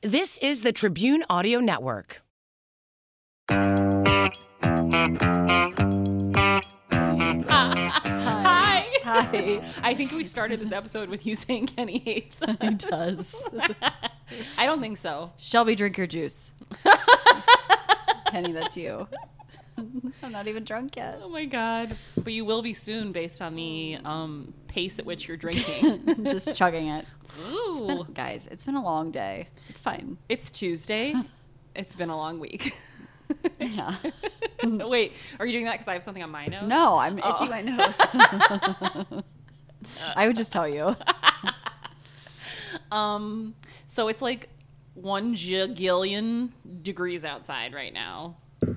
This is the Tribune Audio Network. Hi. Hi. I think we started this episode with you saying Kenny hates. He does. I don't think so. Shelby, drink your juice. Penny, that's you. I'm not even drunk yet. Oh my god. But you will be soon based on the um, pace at which you're drinking. I'm just chugging it. It's been- Ooh. guys, it's been a long day. It's fine. It's Tuesday. It's been a long week. Yeah. Wait, are you doing that because I have something on my nose? No, I'm itching my nose. I would just tell you. Um, so it's like one gillion degrees outside right now. A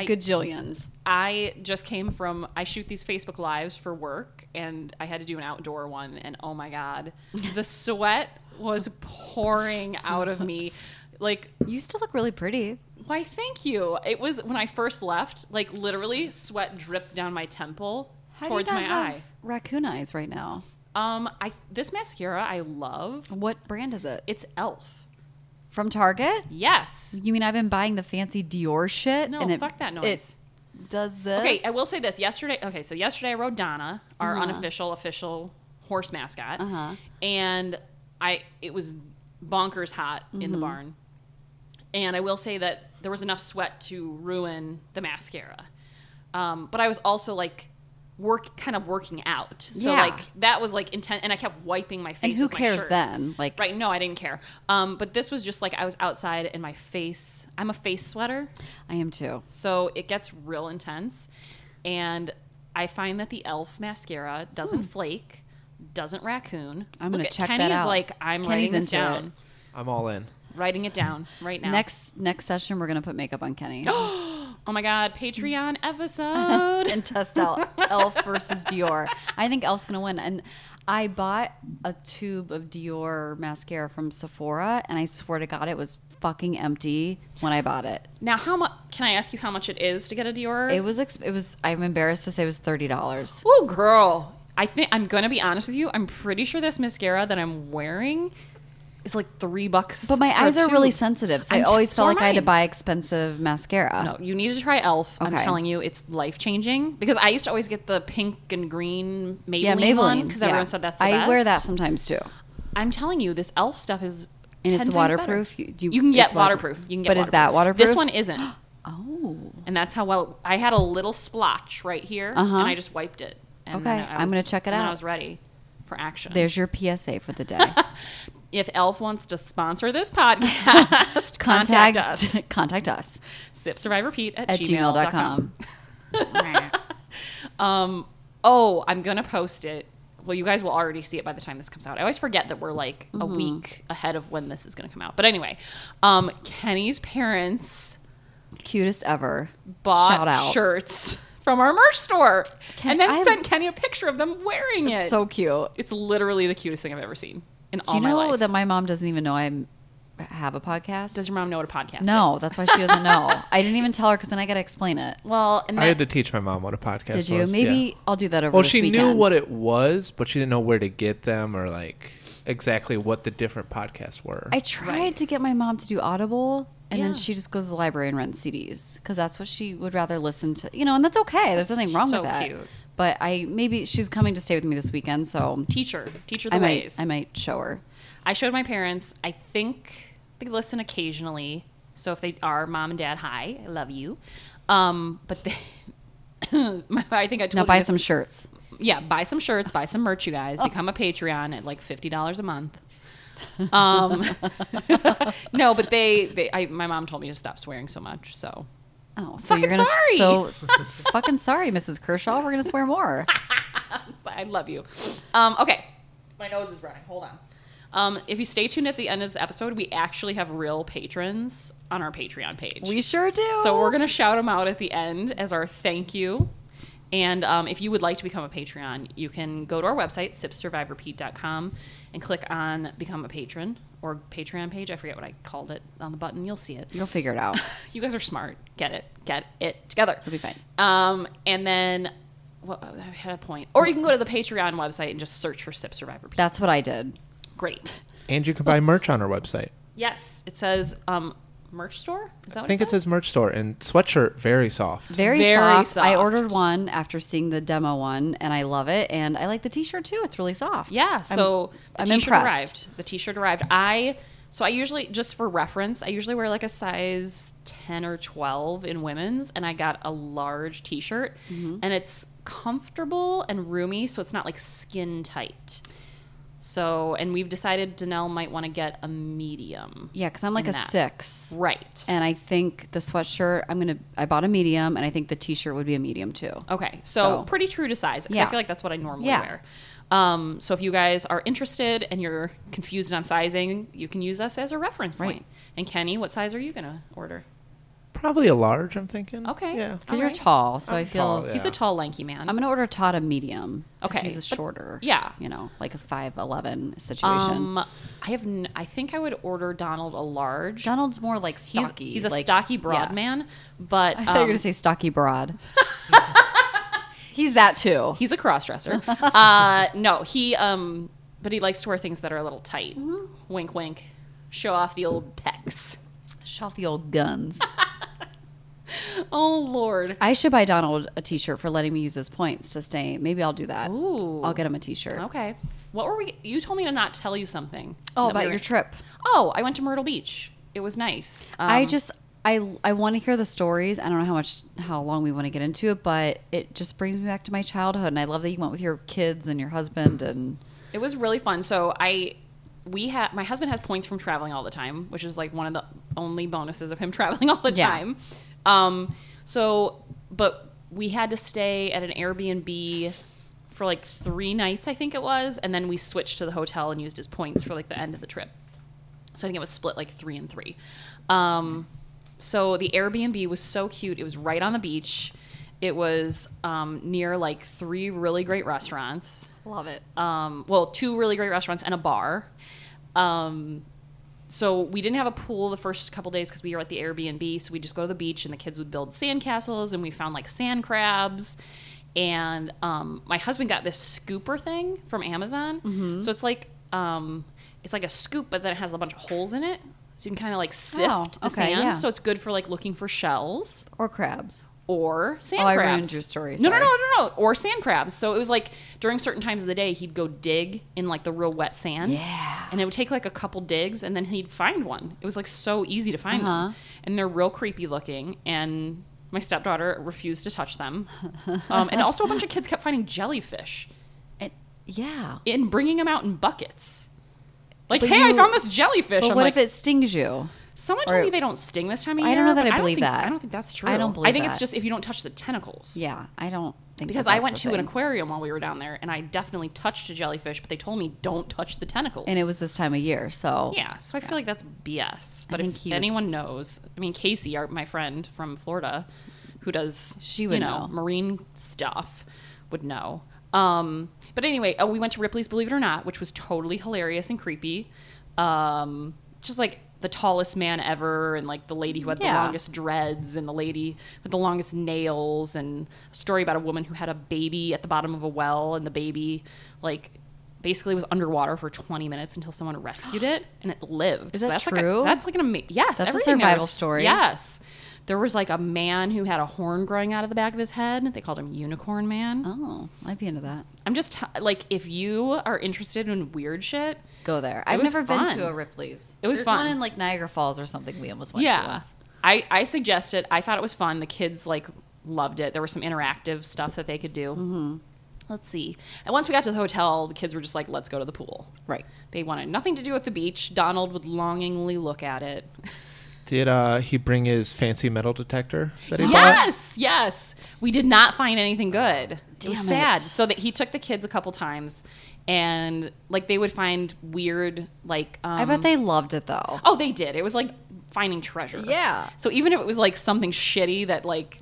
I- gajillions. I just came from I shoot these Facebook lives for work and I had to do an outdoor one and oh my god, the sweat was pouring out of me. Like, You still look really pretty. why thank you. It was when I first left, like literally sweat dripped down my temple How do you towards not my have eye. Raccoon eyes right now. Um I this mascara I love. What brand is it? It's Elf. From Target? Yes. You mean I've been buying the fancy Dior shit? No, and it, fuck that noise. It does this? Okay, I will say this. Yesterday, okay, so yesterday I rode Donna, our unofficial official horse mascot, Uh-huh. and I it was bonkers hot in the Mm-hmm. barn. And I will say that there was enough sweat to ruin the mascara, um, but I was also like work kind of working out, so Yeah. like that was like intense, and I kept wiping my face. And who with my cares shirt. then? Like, Right? No, I didn't care. Um, but this was just like I was outside, and my face. I'm a face sweater. I am too. So it gets real intense. And I find that the elf mascara doesn't flake, doesn't raccoon. Hmm. I'm Look gonna at- check Kenny that is out. like, I'm Kenny's writing this into it. down. I'm all in. Writing it down right now. Next next session, we're gonna put makeup on Kenny Oh my God, Patreon Mm. episode. and test out Elf versus Dior. I think Elf's gonna win. And I bought a tube of Dior mascara from Sephora, and I swear to God, it was fucking empty when I bought it. now, how much? Can I ask you how much it is to get a Dior? It was exp- it was. I'm embarrassed to say it was thirty dollars. oh, girl. I think I'm gonna be honest with you. I'm pretty sure this mascara that I'm wearing is like three bucks. But my for a eyes are really tube. sensitive, so i I'm t- always so felt am like I had to I. buy expensive mascara. No, you need to try Elf. I'm Okay. telling you, it's life changing. Because I used to always get the pink and green Maybelline, Yeah, Maybelline. because yeah. everyone said that's the I best. wear that sometimes too. I'm telling you, this Elf stuff is And 10 it's times waterproof? better. You- do you- can it's get water- waterproof. You can get But is that This waterproof? one isn't, Oh, and that's how well I had a little splotch right here, Uh-huh. and I just wiped it. And then Okay, I I'm was- gonna check it and then I out. was ready for action. there's your PSA for the day. if Elf wants to sponsor this podcast, contact, us. Contact us Sip, survive, repeat at, at gmail.com. Um, oh, I'm gonna post it. Well, you guys will already see it by the time this comes out. I always forget that we're like a Mm-hmm. week ahead of when this is gonna come out. But anyway, um, Kenny's parents Cutest ever. Shout bought out. shirts from our merch store Ken- and then I'm- sent Kenny a picture of them wearing it. So cute. it's literally the cutest thing I've ever seen in Do all you my know life. that my mom doesn't even know I have a podcast? Does your mom know what a podcast no, is? that's why she doesn't know. I didn't even tell her because then I got to explain it. well, and I had that- to teach my mom what a podcast Did you? was. yeah. Maybe I'll do that over Well, this she weekend. knew what it was, but she didn't know where to get them or like exactly what the different podcasts were. I tried to get my mom to do Audible, and Yeah. then she just goes to the library and rents CDs because that's what she would rather listen to. You know, and that's okay. There's nothing wrong so with that. cute. But I maybe she's coming to stay with me this weekend, so teacher, teacher the I might ways. I might show her. I showed my parents. I think they listen occasionally. So if they are mom and dad, hi, I love you. Um, but they, I think I told Now you buy this- some Oh. shirts. yeah, buy some shirts, buy some merch, you guys. Become a Patreon at like fifty dollars a month. Um, no, but they, they, I, my mom told me to stop swearing so much. So Oh, so Fucking you're gonna sorry. so s- fucking sorry, Mrs. Kershaw. We're gonna swear more. I love you. Um, okay. My nose is running. Hold on. Um, if you stay tuned at the end of this episode, we actually have real patrons on our Patreon page. We sure do. So we're gonna shout them out at the end as our thank you. And um, if you would like to become a Patreon, you can go to our website, sipsurviverepeat.com, and click on Become a Patron or Patreon page. I forget what I called it on the button. You'll see it. You'll figure it out. You guys are smart. Get it. Get it together. It'll be fine. Um, and then, what, I had a point. Or you can go to the Patreon website and just search for Sip Survivor Peat. That's what I did. Great. and you can buy merch on our website. Yes, it says um, merch store. Is that what I think it it says? says merch store and sweatshirt very soft. Very, Very soft. I soft. ordered one after seeing the demo one, and I love it. And I like the T-shirt too. It's really soft. Yeah, so I'm the t-shirt impressed. arrived. The t-shirt arrived. I so I usually just for reference, I usually wear like a size 10 or 12 in women's and I got a large t-shirt Mm-hmm. and it's comfortable and roomy so it's not like skin tight. So, and we've decided Danelle might want to get a medium. Yeah, because I'm like a And that. six, Right. and I think the sweatshirt. I'm gonna. I bought a medium, and I think the T-shirt would be a medium too. Okay, so, So- pretty true to size. 'cause Yeah. I feel like that's what I normally Yeah. wear. Um, so if you guys are interested and you're confused on sizing, you can use us as a reference point. Right. And Kenny, what size are you gonna order? Probably a large, I'm thinking. Okay. Yeah. Because All you're right. tall, so i feel. tall, yeah. He's a tall, lanky man. I'm gonna order Todd a medium. 'cause Okay, he's a but- shorter. yeah. you know, like a five eleven situation. um, I have. N- I think I would order Donald a large. Donald's more like he's, stocky. he's a like- stocky broad yeah. man, but I thought you were um, gonna say stocky broad. he's that too. he's a crossdresser. uh, no, he. Um, but he likes to wear things that are a little tight. Mm-hmm. Wink, wink. Show off the old pecs. Show off the old guns. Oh Lord. I should buy Donald a T-shirt for letting me use his points to stay. Maybe I'll do that. Ooh. Oh, I'll get him a T-shirt. Okay. What were we? You told me to not tell you something. That Oh, we about were- your trip. Oh, I went to Myrtle Beach. It was nice. I Um, just I I want to hear the stories. I don't know how much how long we want to get into it, but it just brings me back to my childhood, and I love that you went with your kids and your husband and It was really fun. So I, we had my husband has points from traveling all the time, which is like one of the only bonuses of him traveling all the Yeah. time. Um, so, but we had to stay at an Airbnb for like three nights, I think it was, and then we switched to the hotel and used his points for like the end of the trip. So I think it was split like three and three. Um, so the Airbnb was so cute. It was right on the beach. It was um, near like three really great restaurants love it. um, well, two really great restaurants and a bar. Um, so we didn't have a pool the first couple days because we were at the Airbnb. So we just go to the beach and the kids would build sand castles and we found like sand crabs. And um, my husband got this scooper thing from Amazon. Mm-hmm. So it's like um, it's like a scoop, but then it has a bunch of holes in it. So you can kind of like sift Oh, the okay, sand. yeah. So it's good for like looking for shells Or crabs. or sand Oh, I crabs. ruined your story, No, no, sorry. no, no, no. Or sand crabs. So it was like during certain times of the day, he'd go dig in like the real wet sand. Yeah. And it would take like a couple digs, and then he'd find one. It was like so easy to find Uh-huh. them, and they're real creepy looking. And my stepdaughter refused to touch them. Um, and also, a bunch of kids kept finding jellyfish It, yeah. and bringing them out in buckets. Like, But hey, I you- found this jellyfish. But I'm what like, if it stings you? Someone Or- told me they don't sting this time of year. I don't know that but I believe think- that. I don't think that's true. I don't I believe think it's that. just if you don't touch the tentacles. Yeah, I don't think because that I that's went a to an thing. aquarium while we were down there, and I definitely touched a jellyfish, but they told me don't touch the tentacles. and it was this time of year, so yeah, so I feel like that's BS. But think if he was- anyone knows, I mean Casey, our, my friend from Florida, who does She you would know, know. marine stuff, would know. Um, but anyway, oh, we went to Ripley's Believe It or Not, which was totally hilarious and creepy. Um, just like the tallest man ever, and like the lady who had the Yeah. longest longest dreads and the lady with the longest nails and a story about a woman who had a baby at the bottom of a well and the baby like basically was underwater for 20 minutes until someone rescued it and it lived. Is that that's Like true? a, that's like an amazing. Yes, That's a everything there survival was- story. Yes. There was like a man who had a horn growing out of the back of his head. They called him Unicorn Man. Oh, I'd be into that. I'm just t- like if you are interested in weird shit, Go there. I've was never been fun. to a Ripley's. It was There's fun. one in like Niagara Falls or something. We almost went to once. I, I suggest it. I thought it was fun. The kids like loved it. There was some interactive stuff that they could do. Mm-hmm. Let's see. And once we got to the hotel, the kids were just like, let's go to the pool. Right. They wanted nothing to do with the beach. Donald would longingly look at it. Did uh, he bring his fancy metal detector that he bought? Yes, yes. We did not find anything good. it was Damn sad. it. So that he took the kids a couple times and like they would find weird like um, I bet they loved it though. Oh, they did. It was like finding treasure. Yeah. So even if it was like something shitty that like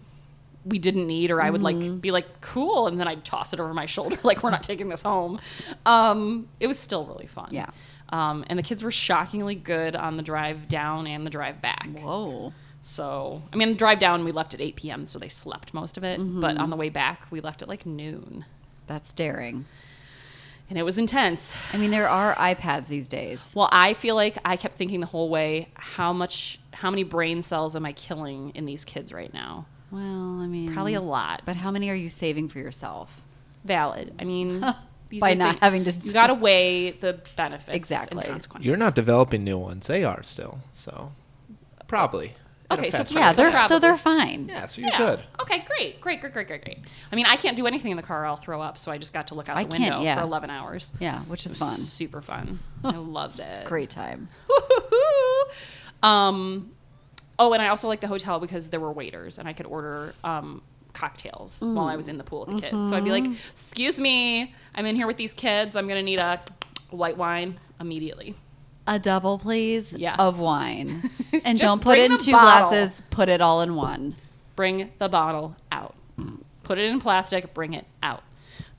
we didn't need, or I would Mm-hmm. like be like cool, and then I'd toss it over my shoulder like we're not taking this home. Um, it was still really fun. Yeah. Um, and the kids were shockingly good on the drive down and the drive back. Whoa. So I mean, the drive down we left at 8 p.m., so they Mm-hmm. slept most of it. But on the way back, we left at like noon. That's daring. and it was intense. I mean, there are iPads these days. Well, I feel like I kept thinking the whole way, how much, how many brain cells am I killing in these kids right now? Well, I mean, Probably a lot, but But how many are you saving for yourself? valid. I mean, these By are not thing- having to- you got to weigh the benefits Exactly. and consequences. You're not developing new ones. They are still. So probably. at a Okay, so fast Yeah, Yeah, rate. so they're so probably. they're fine. Yeah, so you're Yeah. good. Okay, great, great, great, great, great, great. I mean, I can't do anything in the car. I'll throw up. So I just got to look out I the can't, window yeah. for 11 hours. Yeah, which is It was fun. Super fun. I loved it. Great time. um, oh, and I also liked the hotel because there were waiters and I could order um, cocktails Mm. while I was in the pool with the kids. So I'd be like, Mm-hmm. "Excuse me, I'm in here with these kids. I'm gonna need a white wine immediately." A double, please, Yeah. of wine, and Just don't put it bring in the two bottle. glasses. Put it all in one. Bring the bottle out. Put it in plastic. Bring it out.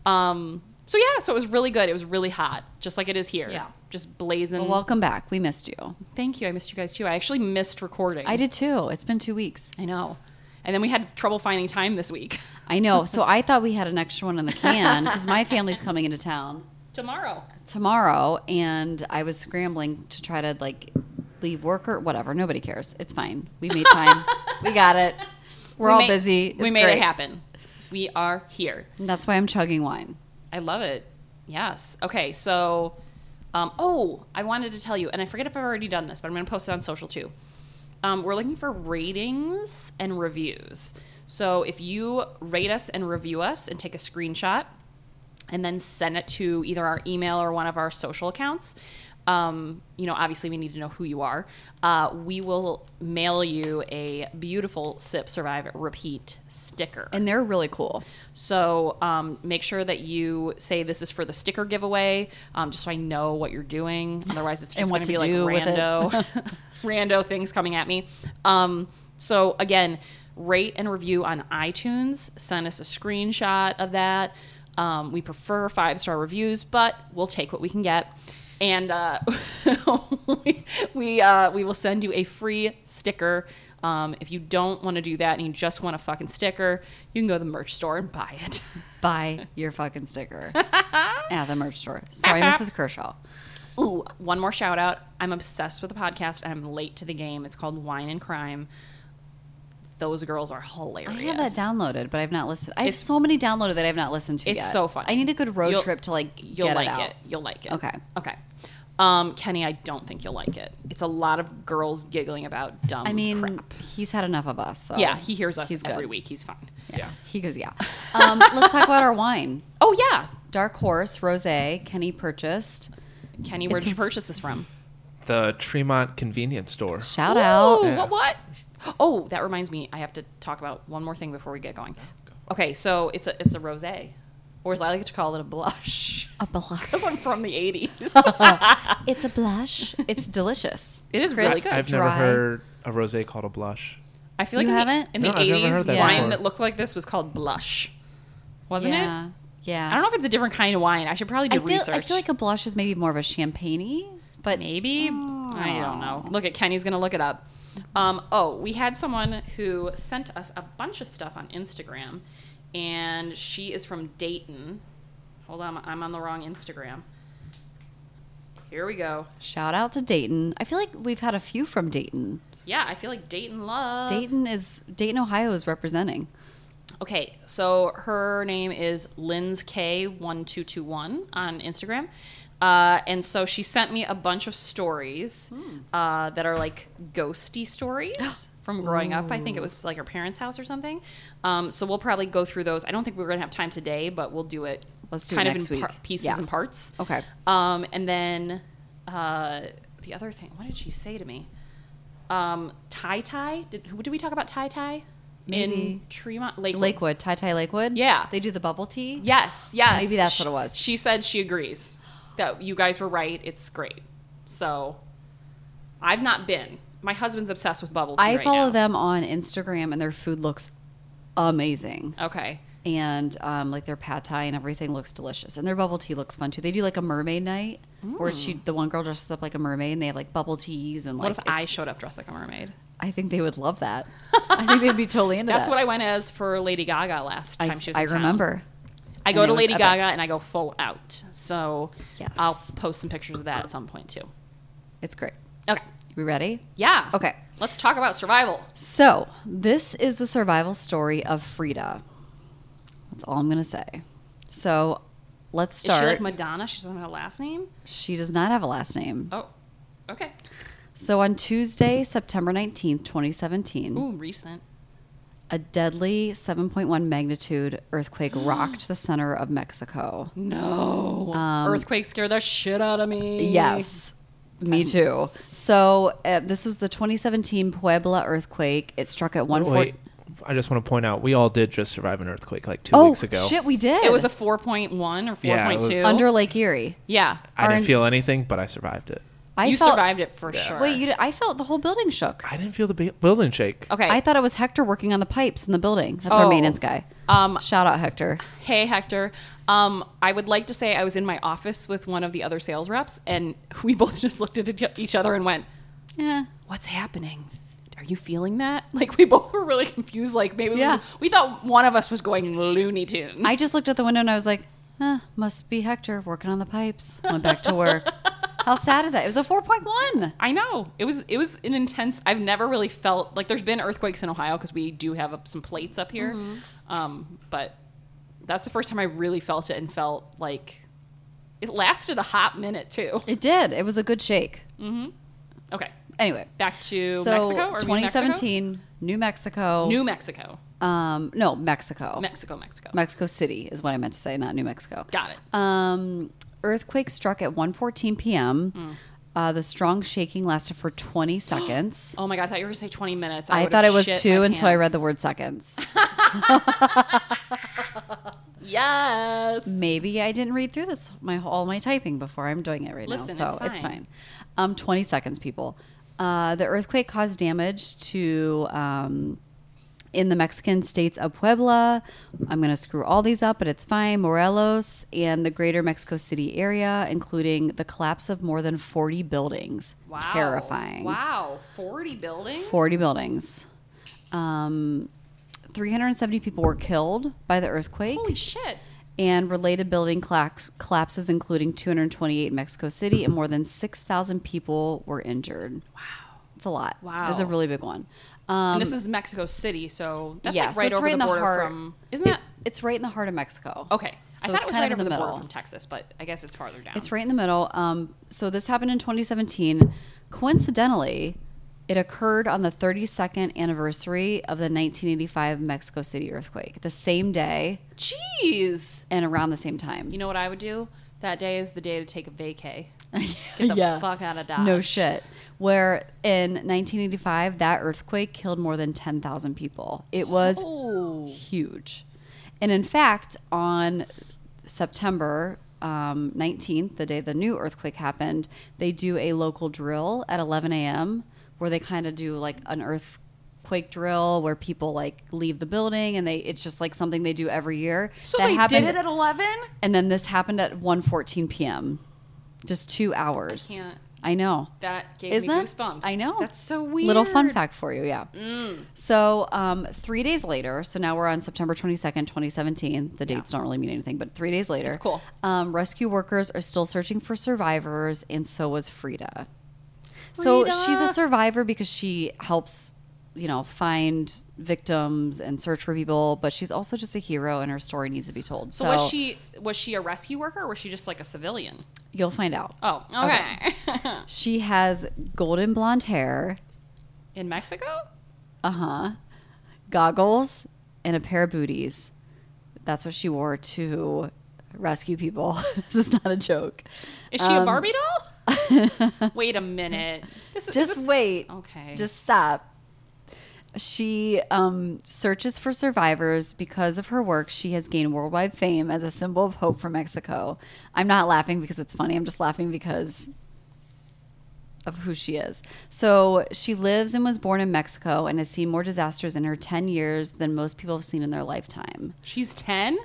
Um, so yeah, so it was really good. It was really hot, just like it is here. Yeah. just blazing. Well, welcome back. We missed you. Thank you. I missed you guys too. I actually missed recording. I did too. It's been two weeks. I know. And then we had trouble finding time this week. I know. So I thought we had an extra one in the can because my family's coming into town Tomorrow. tomorrow, and I was scrambling to try to like leave work or whatever. Nobody cares. It's fine. We made time. we got it. We're We all made- busy. we It's made great. it happen. We are here. And that's why I'm chugging wine. I love it. Yes. Okay. So, um, oh, I wanted to tell you, and I forget if I've already done this, but I'm going to post it on social too. Um, we're looking for ratings and reviews. So if you rate us and review us and take a screenshot and then send it to either our email or one of our social accounts, um, you know, obviously we need to know who you are. Uh, we will mail you a beautiful Sip Survive Repeat sticker. And they're really cool. So um, make sure that you say this is for the sticker giveaway, um, just so I know what you're doing. Otherwise, it's just And what going to to be like do with it. rando, rando things coming at me. Um, so again, rate and review on iTunes. Send us a screenshot of that. Um, we prefer five star reviews, but we'll take what we can get. And uh, we we, uh, we will send you a free sticker. Um, if you don't want to do that and you just want a fucking sticker, you can go to the merch store and buy it. Buy your fucking sticker at the merch store. Sorry, Mrs. Kershaw. Ooh, one more shout out. I'm obsessed with the podcast and I'm late to the game. It's called Wine and Crime. Those girls are hilarious. I have that downloaded, but I've not listened. I have so many downloaded that I've not listened to It's yet. so funny. I need a good road You'll- trip to like You'll get like it, out. You'll like it. Okay. Okay. Um, Kenny, I don't think you'll like it. It's a lot of girls giggling about dumb I mean, crap. he's had enough of us. So Yeah, he hears us he's every good. week. He's fine. Yeah. He goes, yeah. Um, let's talk about our wine. Oh yeah. Dark Horse Rosé. Kenny purchased. Kenny, where'd you purchase this from? The Tremont convenience store. Shout Ooh, out. What? What? Oh, that reminds me. I have to talk about one more thing before we get going. Okay, so it's a it's a rosé, or as I like to call it, a blush. A blush. Because I'm from the '80s. It's a blush. It's delicious. It is really Crisp. good. I've Dry. never heard a rosé called a blush. I feel like You in haven't? the, in the No, I've never heard '80s, that wine before. that looked like this was called blush, wasn't yeah. it? Yeah. I don't know if it's a different kind of wine. I should probably do I feel, research. I feel like a blush is maybe more of a champagne, but maybe I don't know. Ah. Look at Kenny's gonna look it up. Um, oh, we had someone who sent us a bunch of stuff on Instagram, and she is from Dayton. Hold on, I'm on the wrong Instagram. Here we go. shout out to Dayton. I feel like we've had a few from Dayton. Yeah, I feel like Dayton love. Dayton is Dayton, Ohio is representing. Okay, so her name is Lynn's K1221 on Instagram. Uh, and so she sent me a bunch of stories Hmm. uh, that are like ghosty stories from growing up. I think it was like her parents' house or something. Um, so we'll probably go through those. I don't think we're going to have time today, but we'll do it Let's do it kind next of in week. par- pieces Yeah. and parts. Okay. Um, and then uh, the other thing, what did she say to me? Um, tie tie? Did, who did we talk about tie tie? In Maybe. Tremont, Lakewood. Lakewood, Tie Tie Lakewood. Yeah. They do the bubble tea. Yes, yes. Maybe that's Sh- what it was. She said she agrees that you guys were right. It's great. So I've not been. My husband's obsessed with bubble tea. I right follow now. them on Instagram and their food looks amazing. Okay. And um, like their pad thai and everything looks delicious. And their bubble tea looks fun too. They do like a mermaid night where she the one girl dresses up like a mermaid and they have like bubble teas and Mm. What like if I it's- showed up dressed like a mermaid? I think they would love that. I think they'd be totally into That's that. what I went as for Lady Gaga last time I, she was I in town. remember. I I go it to was Lady epic. Gaga and I go full out. So Yes. I'll post some pictures of that at some point too. It's great. Okay. We ready? Yeah. Okay. Let's talk about survival. So, this is the survival story of Frida. That's all I'm going to say. So, let's Is start. she like Madonna? She doesn't have a last name. she does not have a last name. Oh, okay. So, on Tuesday, September 19th, 2017, Ooh, recent. a deadly 7.1 magnitude earthquake rocked the center of Mexico. No. Earthquake scared the shit out of me. Um, Yes. Me too. So uh, this was the 2017 Puebla earthquake. It struck at one Wait, I just want to point out we all did just survive an earthquake like two Oh weeks ago. shit, we did. It was a 4.1 or 4.2. Yeah, it was- under Lake Erie. Yeah. I didn't Aren't- feel anything, but I survived it. I you felt- survived it for sure. Wait, you did, I felt the whole building shook. I didn't feel the bu- building shake. Okay. I thought it was Hector working on the pipes in the building. That's our Oh. maintenance guy. Um, Shout out Hector. hey Hector, um, I would like to say I was in my office with one of the other sales reps, and we both just looked at each- each other and went, Yeah. "What's happening? Are you feeling that?" Like we both were really confused. Like maybe we- Yeah. we, thought one of us was going Looney Tunes. I just looked at the window and I was like, huh, must be Hector working on the pipes. Went back to work. How sad is that? It was a 4.1. I know it was it was an intense. I've never really felt like there's been earthquakes in Ohio because we do have up some plates up here, Mm-hmm. um, but that's the first time I really felt it and felt like it lasted a hot minute too. It did. It was a good shake. Okay, Anyway. back to so Mexico or New Mexico? 2017, New Mexico. New Mexico, um, no, Mexico. Mexico, Mexico. Mexico City is what I meant to say, not New Mexico. Got it. Um, earthquake struck at 1:14 p.m. Hmm. Uh, the strong shaking lasted for 20 seconds. oh my god, I thought you were gonna say 20 minutes. I would've thought it was shit two my until I read pants. the word seconds. yes. Maybe I didn't read through this my all my typing before I'm doing it right Listen, now, so it's it's fine. fine. Um, 20 seconds, people. Uh, the earthquake caused damage to um, in the Mexican states of Puebla. I'm going to screw all these up, but it's fine. Morelos and the greater Mexico City area, including the collapse of more than 40 buildings. Wow. Terrifying. Wow, 40 buildings. 40 buildings. Um, 370 people were killed by the earthquake Holy shit. and related building clax- collapses, including 228 in Mexico City, and more than 6,000 people were injured. Wow. It's a lot. Wow. It's a really big one. And Um, this is Mexico City, so that's yeah, like so right it's over right the in the border heart. from. Isn't that it's right in the heart of Mexico. okay? So I thought it's it was kind right of in over the the, border middle. from Texas, but I guess it's farther down. It's right in the middle. Um, so this happened in 2017. Coincidentally, it occurred on the 32nd anniversary of the 1985 Mexico City earthquake, the same day Jeez. and around the same time. You know what I would do? That day is the day to take a vacay. Get the fuck out of Dodge. No shit. Where in 1985, that earthquake killed more than 10,000 people. It was huge. And in fact, on September um, 19th, the day the new earthquake happened, they do a local drill at 11 a.m. where they kind of do like an earthquake drill where people like leave the building and they it's just like something they do every year. So That they happened- did it at eleven. and then this happened at 1.14 p.m. Just two hours. can't. I know. That gave Isn't me that- goosebumps. I know. That's so weird. Mm. Little fun fact for you, yeah. So um, three days later, so now we're on September 22nd, 2017. The dates don't really mean anything, but three days later. It's cool. Um, rescue workers are still searching for survivors, and so was Frida. So Frida! she's a survivor because she helps, you know, find victims and search for people, but she's also just a hero and her story needs to be told. So, So, was she was she a rescue worker or was she just like a civilian? You'll find out. Oh, okay. She has golden blonde hair, In Mexico? Uh-huh. goggles, and a pair of booties. That's what she wore to rescue people. this is not a joke. Is Um, she a Barbie doll? Wait a minute. This is Just this- wait. Okay. Just stop. She um, searches for survivors because of her work. She has gained worldwide fame as a symbol of hope for Mexico. I'm not laughing because it's funny. I'm just laughing because of who she is. So she lives and was born in Mexico and has seen more disasters in her 10 years than most people have seen in their lifetime. she's ten.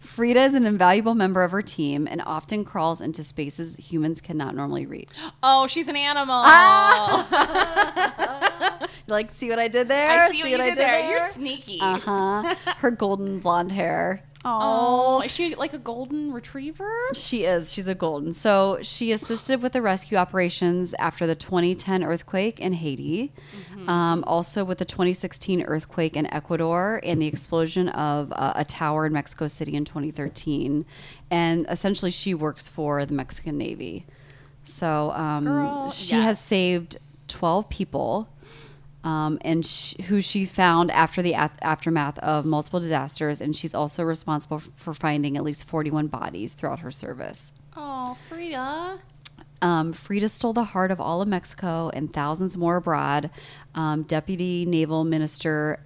Frida is an invaluable member of her team and often crawls into spaces humans cannot normally reach. Oh, she's an animal. Ah! like see what I did there? I see what you did there. Uh-huh. You're sneaky. Uh huh. Her golden blonde hair. Oh, is she like a golden retriever? She is. She's a golden. So she assisted with the rescue operations after the 2010 earthquake in Haiti, Mm-hmm. um, also with the 2016 earthquake in Ecuador and the explosion of uh, a tower in Mexico City in 2013. And essentially, she works for the Mexican Navy. So um, Girl, she yes. has saved 12 people um, and sh- who she found after the ath- aftermath of multiple disasters. And she's also responsible f- for finding at least 41 bodies throughout her service. Oh, Frida. Um, Frida stole the heart of all of Mexico and thousands more abroad. Um, Deputy Naval Minister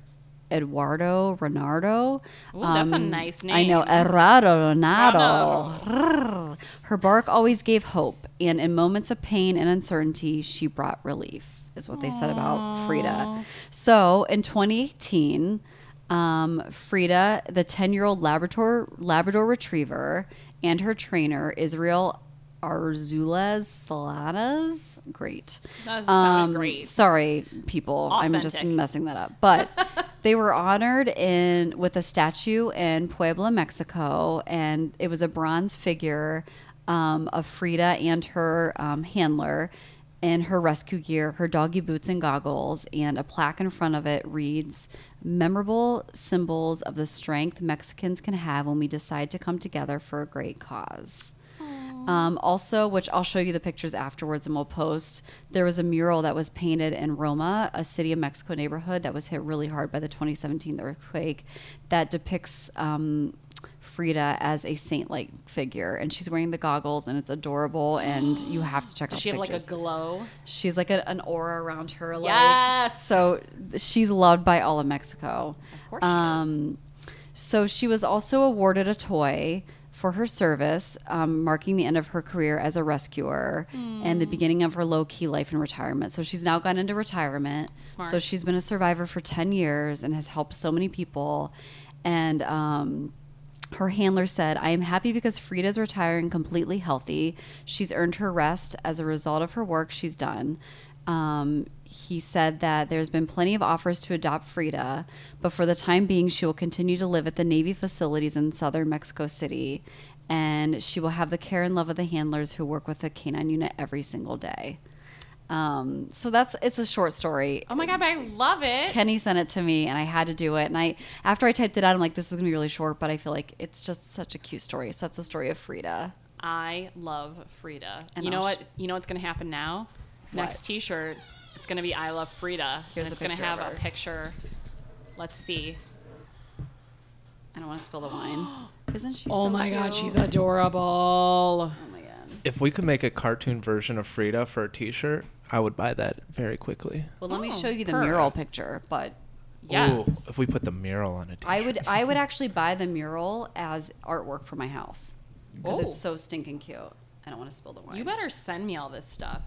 Eduardo Renardo. Ooh, that's a nice Um, I know, name. Eduardo Renardo. Rrr. Her bark always gave hope, and in moments of pain and uncertainty, she brought relief, is what they said about Frida. So in 2018, um, Frida, the 10 year old Labrador, Labrador Retriever, and her trainer, Israel Arzulas Saladas. Great. That Um, sounded great. Sorry, people. I'm just Authentic. messing that up. But they were honored in with a statue in Puebla, Mexico, and it was a bronze figure um, of Frida and her um, handler in her rescue gear, her doggy boots and goggles, and a plaque in front of it reads memorable symbols of the strength Mexicans can have when we decide to come together for a great cause. Um, also, which I'll show you the pictures afterwards and we'll post, there was a mural that was painted in Roma, a city of Mexico neighborhood that was hit really hard by the 2017 earthquake that depicts um, Frida as a saint like figure. And she's wearing the goggles and it's adorable. And you have to check out Does she the have like a pictures. glow? she's like a, an aura around her. Like, Yes. So she's loved by all of Mexico. Of course she so she was also awarded a toy for her service, um, marking the end of her career as a rescuer and Hmm. the beginning of her low key life in retirement. So she's now gone into retirement. Smart. So she's been a survivor for 10 years and has helped so many people. And um, her handler said, I am happy because Frida's retiring completely healthy. She's earned her rest as a result of her work she's done. Um, he said that there's been plenty of offers to adopt Frida, but for the time being, she will continue to live at the Navy facilities in southern Mexico City, and she will have the care and love of the handlers who work with the canine unit every single day. Um, so that's it's a short story. Oh my god, but I love it. Kenny sent it to me, and I had to do it. And I after I typed it out, I'm like, this is gonna be really short, but I feel like it's just such a cute story. So that's the story of Frida. I love Frida. And you know I'll sh- what? You know what's going to happen now? Next T-shirt, it's going to be I love Frida. Here's and it's a going to picture of have a her. picture. Let's see. I don't want to spill the wine. Isn't she? Oh so my god, cute? she's adorable. Oh my god. If we could make a cartoon version of Frida for a T-shirt, I would buy that very quickly. Well, let me Oh, show you the perf. mural picture, but Yeah. Ooh, if we put the mural on a T-shirt, I would I would actually buy the mural as artwork for my house because Oh. it's so stinking cute. I don't want to spill the wine. You better send me all this stuff.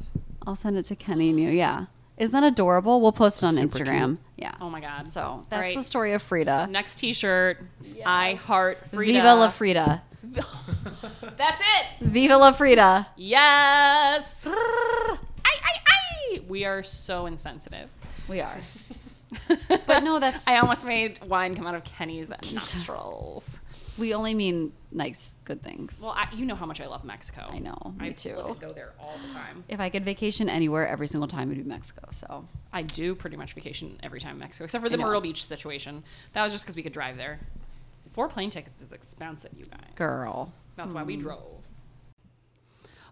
I'll send it to Kenny and you. Yeah, isn't that adorable? We'll post it on Super Instagram. cute. Yeah. Oh my god. So All that's right. the story of Frida. Next T-shirt, I heart Frida. Viva la Frida. That's it. Viva la Frida. Yes. I I I. We are so insensitive. We are. But no, that's I almost made wine come out of Kenny's nostrils. we only mean nice, good things. Well, I, you know how much I love Mexico. I know, me I too. flippin' go there all the time. if I could vacation anywhere every single time, it'd be Mexico. So I do pretty much vacation every time in Mexico, except for the know. Myrtle Beach situation. That was just because we could drive there. Four plane tickets is expensive, you guys. girl. That's why we drove. Hmm.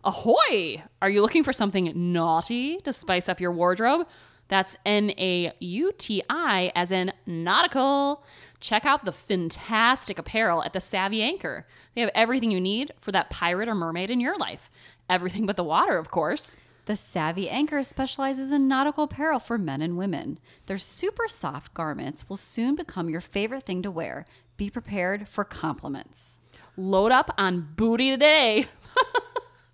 Ahoy! Are you looking for something naughty to spice up your wardrobe? That's N A U T I, as in nautical. Check out the fantastic apparel at the Savvy Anchor. They have everything you need for that pirate or mermaid in your life. Everything but the water, of course. The Savvy Anchor specializes in nautical apparel for men and women. Their super soft garments will soon become your favorite thing to wear. Be prepared for compliments. Load up on booty today.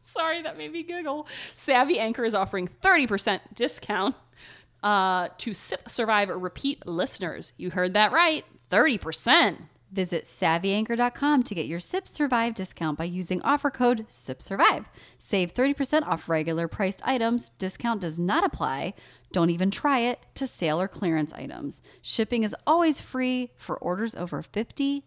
Sorry, that made me giggle. Savvy Anchor is offering 30% discount uh, to Sip, Survive, Repeat listeners. You heard that right. 30%. Visit savvyanchor.com to get your Sip Survive discount by using offer code SIPSurvive. Save 30% off regular priced items. Discount does not apply. Don't even try it to sale or clearance items. Shipping is always free for orders over $50.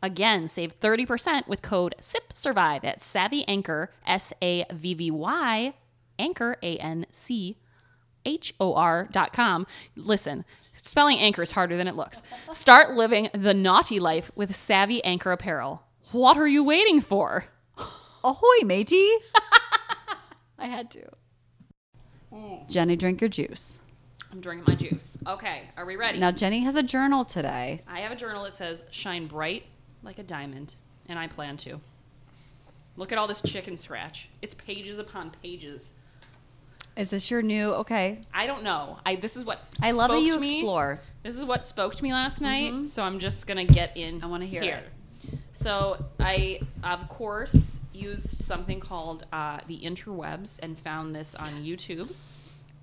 Again, save 30% with code SIPSurvive at Savvy Anchor, S A V V Y, Anchor, A N C H O R dot com. Listen, spelling anchor is harder than it looks. Start living the naughty life with Savvy Anchor apparel. What are you waiting for? Ahoy, matey! I had to. Jenny, drink your juice. I'm drinking my juice. Okay, are we ready? Now, Jenny has a journal today. I have a journal that says shine bright like a diamond, and I plan to. Look at all this chicken scratch. It's pages upon pages. Is this your new? Okay. I don't know. I this is what I love that spoke you to me. explore. Mm-hmm. This is what spoke to me last night, so I'm just gonna get in. I wanna hear here. So I, of course, used something called uh, the interwebs and found this on YouTube.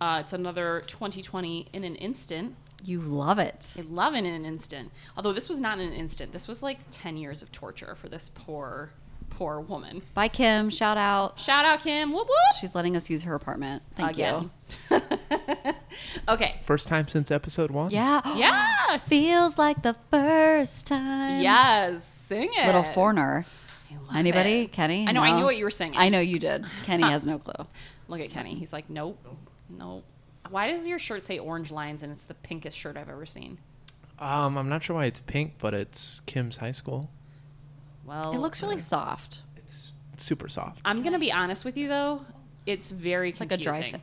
Uh, it's another 2020 in an instant. You love it. I love it in an instant. Although this was not in an instant. This was like 10 years of torture for this poor, poor woman. Bye, Kim. Shout out. Shout out Kim. Whoop whoop. She's letting us use her apartment. Thank you. Again. okay. First time since episode one. Yeah. Yes. Feels like the first time. Yes. Sing it. Little foreigner. love Anybody? it. Kenny? I know. I No? knew what you were singing. I know you did. Kenny has no clue. Look at Kenny. He's like, nope, nope. Why does your shirt say orange lines and it's the pinkest shirt I've ever seen? Um, I'm not sure why it's pink, but it's Kim's high school. Well, It looks really soft. It's super soft. I'm gonna be honest with you though. It's very like a dry confusing. fit.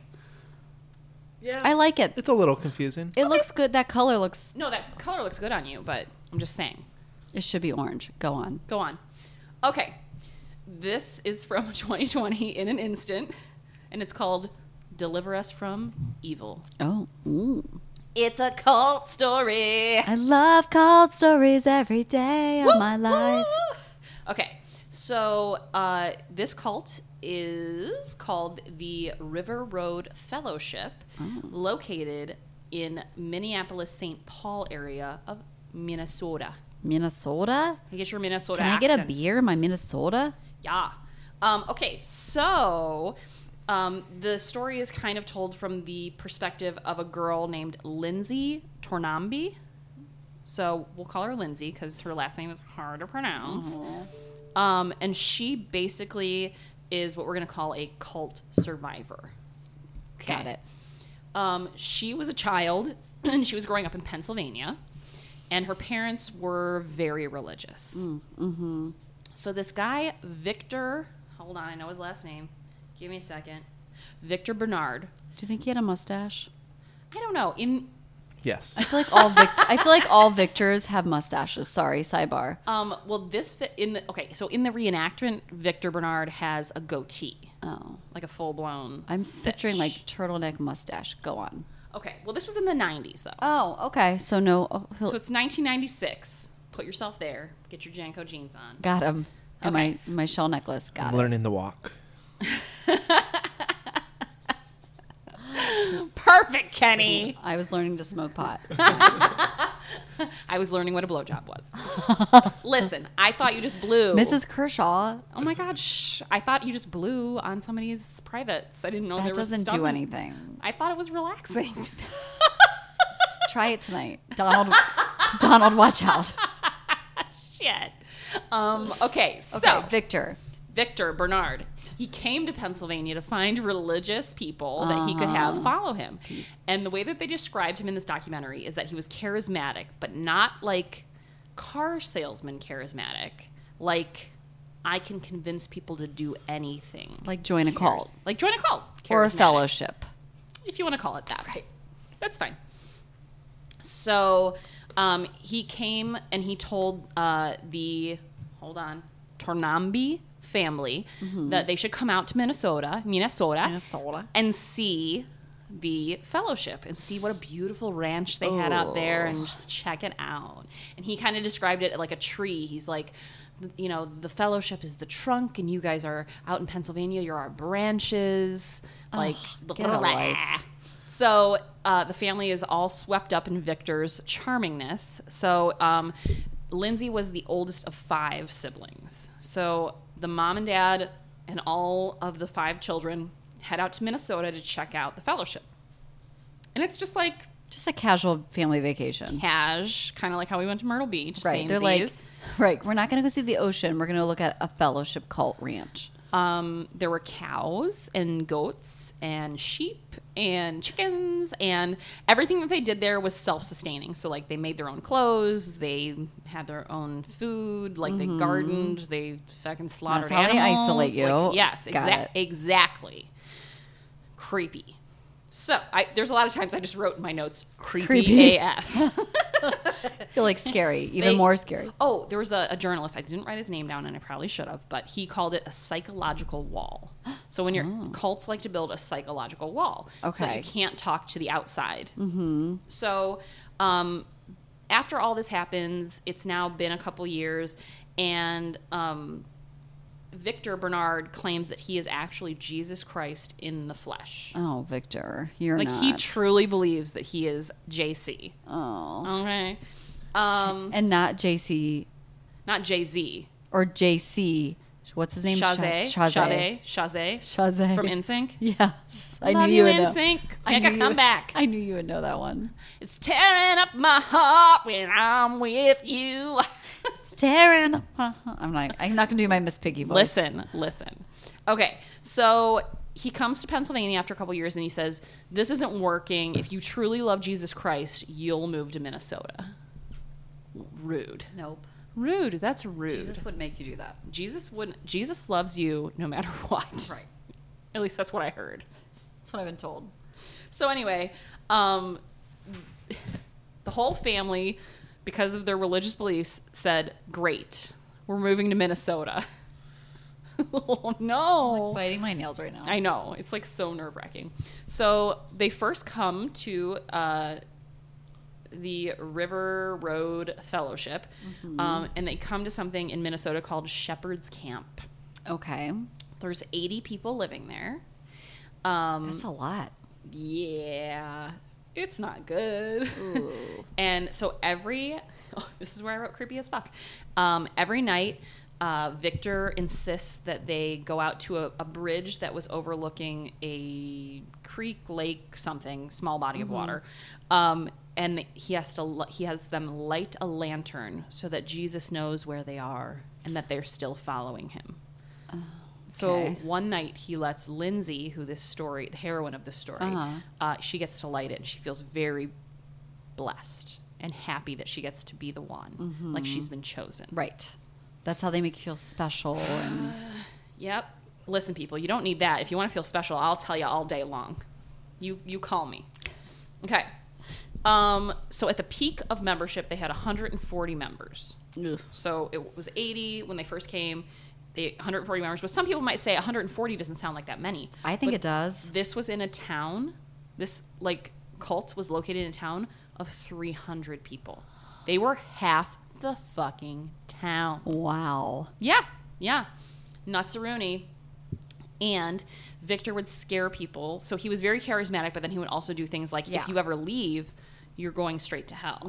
Yeah. I like it. It's a little confusing. It looks good. That color looks. No, that color looks good on you, but I'm just saying. It should be orange. Go on. Go on. Okay, this is from 2020 in an instant, and it's called "Deliver Us from Evil." Oh. Ooh. It's a cult story. I love cold stories every day of Woo, my woo. life. Okay, so uh, this cult is called the River Road Fellowship, Oh. located in Minneapolis St. Paul area of Minnesota. Minnesota? I guess your Minnesota. Can I get a accents. beer in my Minnesota? Yeah. Um, okay, so um, the story is kind of told from the perspective of a girl named Lindsay Tornambi. So we'll call her Lindsay because her last name is hard to pronounce. Um, and she basically is what we're going to call a cult survivor. Okay. Got it. Um, she was a child and she was growing up in Pennsylvania, and her parents were very religious. So this guy, Victor, hold on, I know his last name. Give me a second. Victor Bernard. Do you think he had a mustache? I don't know. In Yes. I feel like all Vict- I feel like all Victors have mustaches. Sorry, sidebar. um, well, this fi- in the okay. So in the reenactment, Victor Bernard has a goatee, Oh, like a full blown. I'm picturing like turtleneck mustache. Go on. okay. Well, this was in the '90s though. Oh, okay. So no, oh, he'll, So it's 1996. Put yourself there. Get your Janko jeans on. got him. And Okay. my my shell necklace. Got I'm it. learning the walk. Perfect, Kenny. I was learning to smoke pot. I was learning what a blowjob was. Listen, I thought you just blew. Mrs. Kershaw. Oh my God, shh. I thought you just blew on somebody's privates. I didn't know there That was doesn't stuff- do anything. I thought it was relaxing. Try it tonight, Donald. Donald, watch out. Shit. Um, okay, so Okay, Victor. Victor Bernard. He came to Pennsylvania to find religious people that he could Uh-huh. have follow him. And the way that they described him in this documentary is that he was charismatic, but not like car salesman charismatic. Like, I can convince people to do anything. Like join a cult Like, join a cult. or a Charismatic fellowship. if you want to call it that. That's fine. So um, he came and he told uh, the, hold on, Tornambi family that they should come out to Minnesota, Minnesota, Mm-hmm. Minnesota. and see the fellowship and see what a beautiful ranch they had out there and just check it out. And he kind of described it like a tree. He's like, th- you know, the fellowship is the trunk, and you guys are out in Pennsylvania. You're our branches. Like, get a life. so uh, the family is all swept up in Victor's charmingness. So um, Lindsay was the oldest of five siblings. So the mom and dad and all of the five children head out to Minnesota to check out the fellowship. And it's just like Just a casual family vacation. cash, kind of like how we went to Myrtle Beach. Right. They're like, samesies. right. We're not going to go see the ocean. We're going to look at a fellowship cult ranch. Um, there were cows and goats and sheep and chickens and everything that they did there was self-sustaining. So like they made their own clothes, they had their own food, like they gardened, they fucking slaughtered Mm-hmm. how they animals. isolate you. Like, yes, Got exac- it. exactly. Creepy. So I, there's a lot of times I just wrote in my notes creepy, Creepy. AF. I feel like scary, even They- more scary. Oh, there was a, a journalist. I didn't write his name down, and I probably should have, but he called it a psychological wall. So when your cults like to build a psychological wall, so that Oh. Okay. you can't talk to the outside. Mm-hmm. So um, after all this happens, it's now been a couple years, and um, Victor Bernard claims that he is actually Jesus Christ in the flesh. Oh, Victor, you're like not. he truly believes that he is JC. oh, Okay, um, and not JC not Jay Z. or JC. What's his name? Shazay, Shaz- Shazay, Shazay, Shazay. from NSYNC. Yes, I Love knew you, would know. NSYNC. Make a knew you- comeback. I knew you would know that one. It's tearing up my heart when I'm with you. It's tearing up. I'm not. I'm not gonna do my Miss Piggy voice. listen, listen. Okay, so he comes to Pennsylvania after a couple years and he says, "This isn't working. If you truly love Jesus Christ, you'll move to Minnesota." Rude. Nope. Rude. That's rude. Jesus would make you do that. Jesus wouldn't. Jesus loves you no matter what. Right. At least that's what I heard. That's what I've been told. So anyway, um, the whole family, because of their religious beliefs, said, "Great, we're moving to Minnesota." oh no! Biting my nails right now. I know it's like so nerve wracking. So they first come to uh, the River Road Fellowship, um, and they come to something in Minnesota called Shepherd's Camp. okay, There's 80 people living there. Um, that's a lot. yeah, it's not good. and so every, oh, this is where I wrote creepy as fuck. Um, every night, uh, Victor insists that they go out to a, a bridge that was overlooking a creek, lake, something, small body of water. Um, and he has to li- he has them light a lantern so that Jesus knows where they are and that they're still following him. So Okay. one night he lets Lindsay, who this story, the heroine of the story, uh she gets to light it, and she feels very blessed and happy that she gets to be the one, like she's been chosen. Right. That's how they make you feel special. And Yep. Listen, people, you don't need that. If you want to feel special, I'll tell you all day long. You you call me. Okay. Um, so at the peak of membership, they had 140 members. So it was 80 when they first came. The 140 members, but some people might say 140 doesn't sound like that many. I think But it does. This was in a town. This like cult was located in a town of 300 people. They were half the fucking town. Wow. Yeah, yeah. Nutsaruni. And Victor would scare people. So he was very charismatic, but then he would also do things like Yeah. if you ever leave, you're going straight to hell.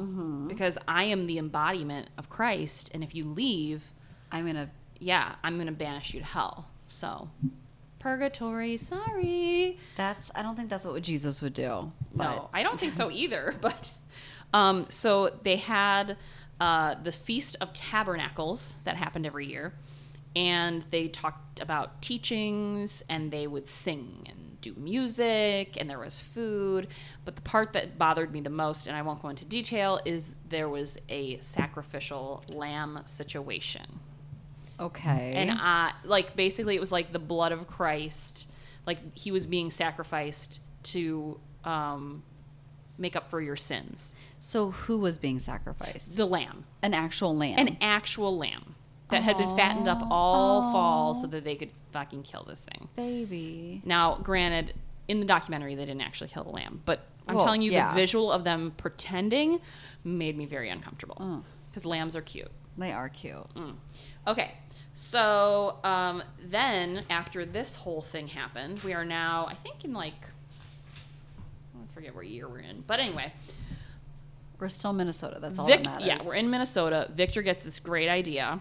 Because I am the embodiment of Christ. And if you leave, I'm gonna. yeah, I'm going to banish you to hell. So, purgatory, sorry. That's. I don't think that's what Jesus would do. But no, I don't think so either. But um, so they had uh, the Feast of Tabernacles that happened every year, and they talked about teachings, and they would sing and do music, and there was food. But the part that bothered me the most, and I won't go into detail, is there was a sacrificial lamb situation Okay. and I like basically it was like the blood of Christ, like he was being sacrificed to um, make up for your sins. so who was being sacrificed? The lamb, An actual lamb. an actual lamb that had been fattened up all fall so that they could fucking kill this thing. baby. Now, granted, in the documentary they didn't actually kill the lamb, but I'm Well, telling you yeah. the visual of them pretending made me very Oh. uncomfortable because lambs are cute. They are cute. Mm. Okay. So um, then, after this whole thing happened, we are now, I think, in like, I forget what year we're in. But anyway, We're still Minnesota. That's all Vic, that matters. yeah, we're in Minnesota. Victor gets this great idea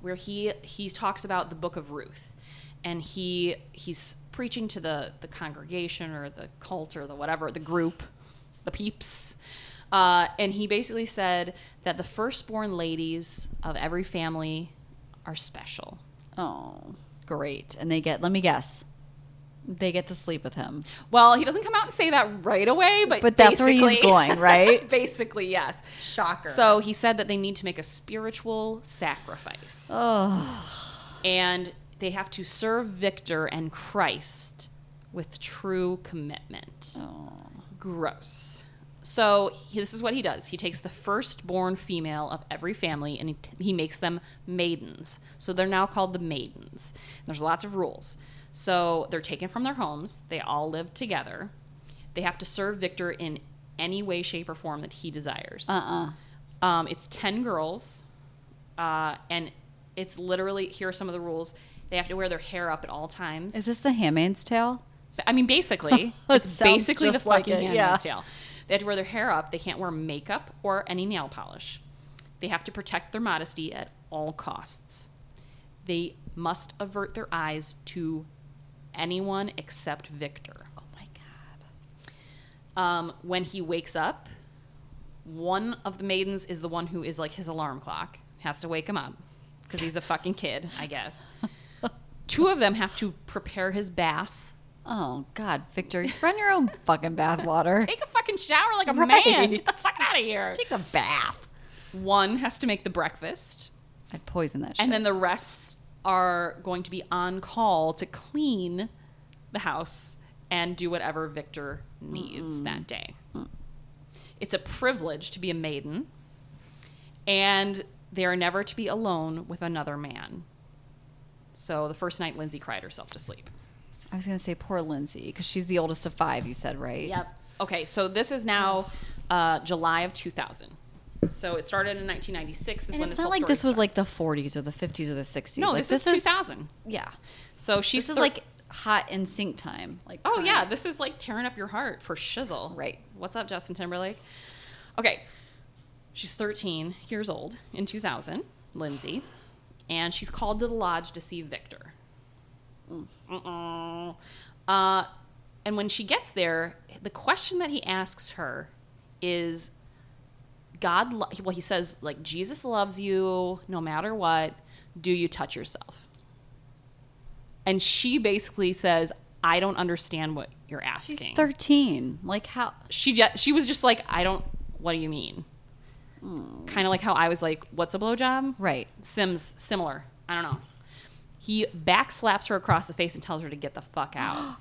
where he he talks about the Book of Ruth, and he he's preaching to the the congregation or the cult or the whatever the group, the peeps, uh, and he basically said that the firstborn ladies of every family are special. oh, great. And they get. Let me guess. They get to sleep with him. Well, he doesn't come out and say that right away, but But that's where he's basically- going, right? basically, yes. Shocker. So he said that they need to make a spiritual sacrifice. And they have to serve Victor and Christ with true commitment. Gross. So he, this is what he does. He takes the firstborn female of every family and he, t- he makes them maidens. So they're now called the maidens. And there's lots of rules. So they're taken from their homes. They all live together. They have to serve Victor in any way, shape, or form that he desires. Uh-uh. Uh uh Um, it's 10 girls. Uh, and it's literally here are some of the rules. They have to wear their hair up at all times. Is this the Handmaid's Tale? I mean, basically, It it's sounds basically the just like fucking it, Handmaid's yeah. Tale. They have to wear their hair up. They can't wear makeup or any nail polish. They have to protect their modesty at all costs. They must avert their eyes to anyone except Victor. Oh my god. Um, when he wakes up, one of the maidens is the one who is like his alarm clock, has to wake him up because he's a fucking kid, I guess. Two of them have to prepare his bath. Oh god, Victor, run your own fucking bath water. Take a fucking shower like a Right. man. Get the fuck out of here. Take a bath. One has to make the breakfast, I'd poison that shit. and then the rest are going to be on call to clean the house and do whatever Victor needs that day. It's a privilege to be a maiden, and they are never to be alone with another man. So the first night, Lindsay cried herself to sleep. I was gonna say poor Lindsay because she's the oldest of five. You said right? Yep. Okay, so this is now uh, July of 2000. So it started in 1996 is And when it's this not whole like story this was started. like the 40s or the 50s or the 60s. no, like, this, is 2000. Yeah. So she's This is thir- like hot in sync time. Like oh current. yeah, this is like tearing up your heart for shizzle. Right. What's up, Justin Timberlake? Okay, she's 13 years old in 2000, Lindsay, and she's called to the lodge to see Victor. Mm. Uh-uh. Uh, and when she gets there, the question that he asks her is God, lo- well, he says, like, Jesus loves you no matter what. Do you touch yourself? And she basically says, I don't understand what you're She's asking. 13. Like how? she, ju- she was just like, I don't, what do you mean? Kind of like how I was like, what's a blowjob? Right. Sims, similar. I don't know. He backslaps her across the face and tells her to get the fuck out.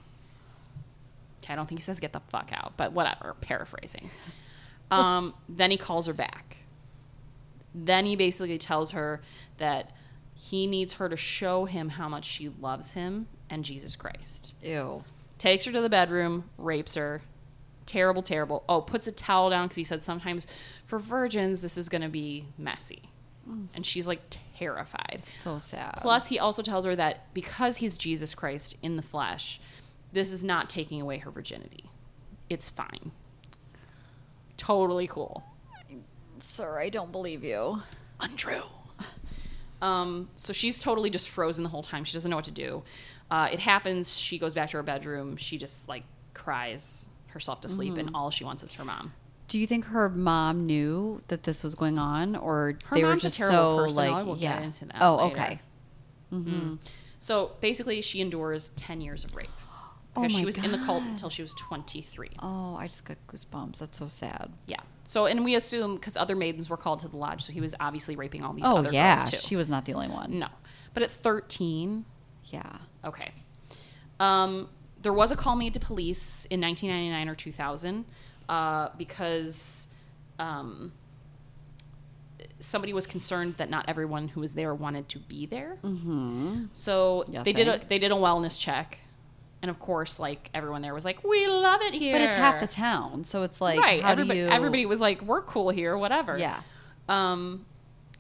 okay, I don't think he says get the fuck out, but whatever, paraphrasing. Um, then he calls her back. Then he basically tells her that he needs her to show him how much she loves him and Jesus Christ. Ew. Takes her to the bedroom, rapes her. Terrible, terrible. Oh, puts a towel down because he said sometimes for virgins, this is going to be messy. And she's like terrified. So sad. Plus, he also tells her that because he's Jesus Christ in the flesh, this is not taking away her virginity. It's fine. Totally cool. sir, I don't believe you. Untrue. Um, so she's totally just frozen the whole time. She doesn't know what to do. Uh, it happens. She goes back to her bedroom. She just like cries herself to sleep, Mm-hmm. and all she wants is her mom. Do you think her mom knew that this was going on, or Her they were mom's a just terrible so person. like I will yeah? get into that oh, later. okay. So basically, she endures 10 years of rape. Oh Because she my was in the cult until she was 23. Oh, I just got goosebumps. That's so sad. Yeah. So, and we assume because other maidens were called to the lodge, so he was obviously raping all these Oh other yeah, girls too. she was not the only one. no, but at thirteen, Yeah. okay. Um, there was a call made to police in 1999 or 2000 uh, because um, somebody was concerned that not everyone who was there wanted to be there. Mm-hmm. So You they did a think? they did a wellness check, and of course, like everyone there was like, "We love it here." But it's half the town, so it's like right. How everybody do you? everybody was like, "We're cool here, whatever." Yeah. Um,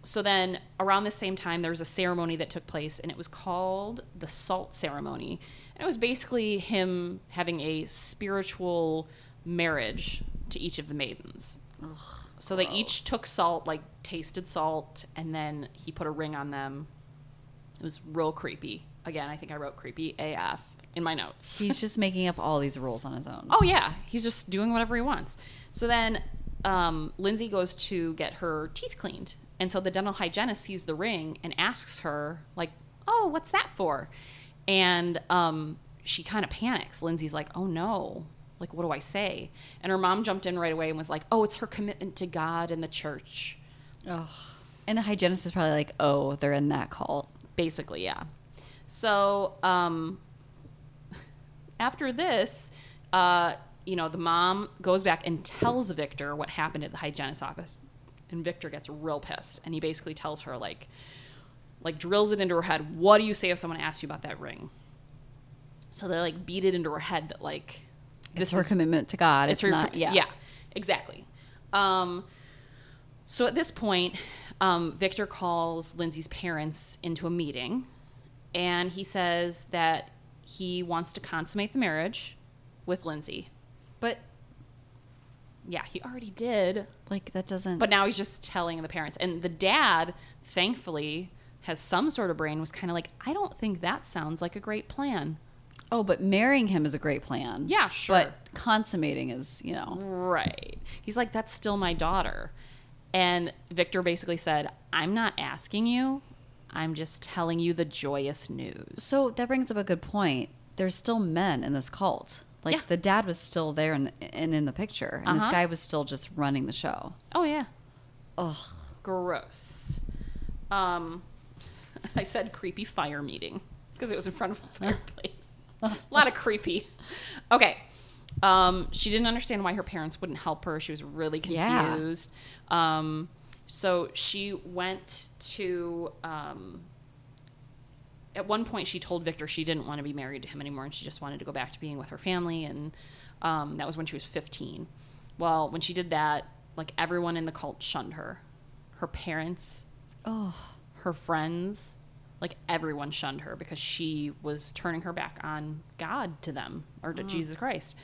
so then around the same time, there was a ceremony that took place, and it was called the Salt Ceremony. And it was basically him having a spiritual marriage to each of the maidens. so they each took salt, like tasted salt, and then he put a ring on them. It was real creepy. Again, I think I wrote creepy AF in my notes. He's just making up all these rules on his own. Oh yeah, he's just doing whatever he wants. So then um, Lindsay goes to get her teeth cleaned, and so the dental hygienist sees the ring and asks her like, "Oh, what's that for?" And um, she kind of panics. Lindsay's like, "Oh no." Like, what do I say? And her mom jumped in right away and was like, Oh, it's her commitment to God and the church. Ugh. And the hygienist is probably like, oh, they're in that cult. basically yeah so um after this uh you know the mom goes back and tells victor what happened at the hygienist's office and victor gets real pissed and he basically tells her like like drills it into her head what do you say if someone asks you about that ring so they like beat it into her head that like It's this her is commitment to God. It's, it's, her not, yeah. yeah exactly um so at this point um victor calls lindsay's parents into a meeting and he says that he wants to consummate the marriage with lindsay But yeah he already did like that doesn't. but now he's just telling the parents and the dad thankfully has some sort of brain was kind of like i don't think that sounds like a great plan oh, but marrying him is a great plan. Yeah, sure. But consummating is, you know, Right. He's like, that's still my daughter. And Victor basically said, I'm not asking you. I'm just telling you the joyous news. So that brings up a good point. There's still men in this cult. Like Yeah. the dad was still there and, and in the picture, and this Uh-huh. guy was still just running the show. oh, yeah. Ugh. Gross. Um, I said creepy fire meeting because it was in front of a fireplace. a lot of creepy. Okay. Um, she didn't understand why her parents wouldn't help her. She was really Yeah. confused. Um, so she went to. Um, at one point, she told Victor she didn't want to be married to him anymore and she just wanted to go back to being with her family. And um, that was when she was 15. Well, when she did that, like everyone in the cult shunned her her parents, her friends, like everyone shunned her because she was turning her back on God to them or Mm. to Jesus Christ.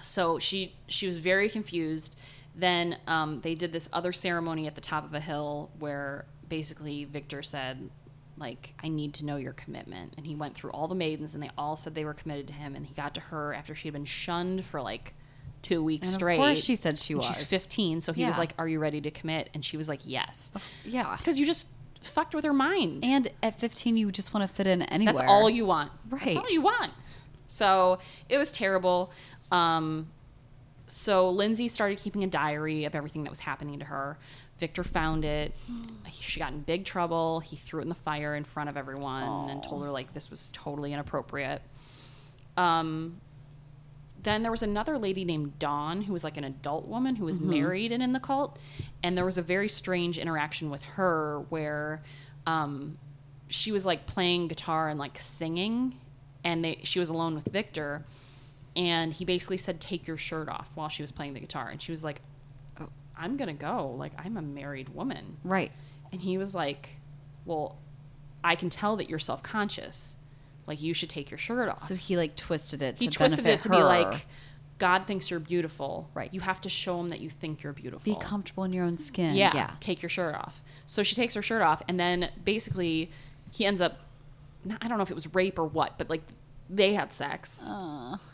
So she she was very confused. Then um, they did this other ceremony at the top of a hill where basically Victor said, like, I need to know your commitment. And he went through all the maidens and they all said they were committed to him. And he got to her after she had been shunned for like two weeks And of straight. course she said she And was. She's 15. So he was Yeah. like, Are you ready to commit? And she was like, Yes. Yeah. Because you just fucked with her mind. And at 15, you just want to fit in anywhere. That's all you want. That's Right. all you want. So it was terrible. Um, so Lindsay started keeping a diary of everything that was happening to her. Victor found it. She got in big trouble. He threw it in the fire in front of everyone and told her like this was totally inappropriate. Um, then there was another lady named Dawn who was like an adult woman who was married and in the cult, and there was a very strange interaction with her where um, she was like playing guitar and like singing, and they, she was alone with Victor, and he basically said, "Take your shirt off" while she was playing the guitar, and she was like, oh, "I'm gonna go, like I'm a married woman," Right. and he was like, "Well, I can tell that you're self conscious, like you should take your shirt off." So he like twisted it. he to twisted benefit it to her. be like god thinks you're beautiful Right. you have to show him that you think you're beautiful be comfortable in your own skin. "Oh." yeah, Yeah. take your shirt off so she takes her shirt off and then basically he ends up i don't know if it was rape or what but like they had sex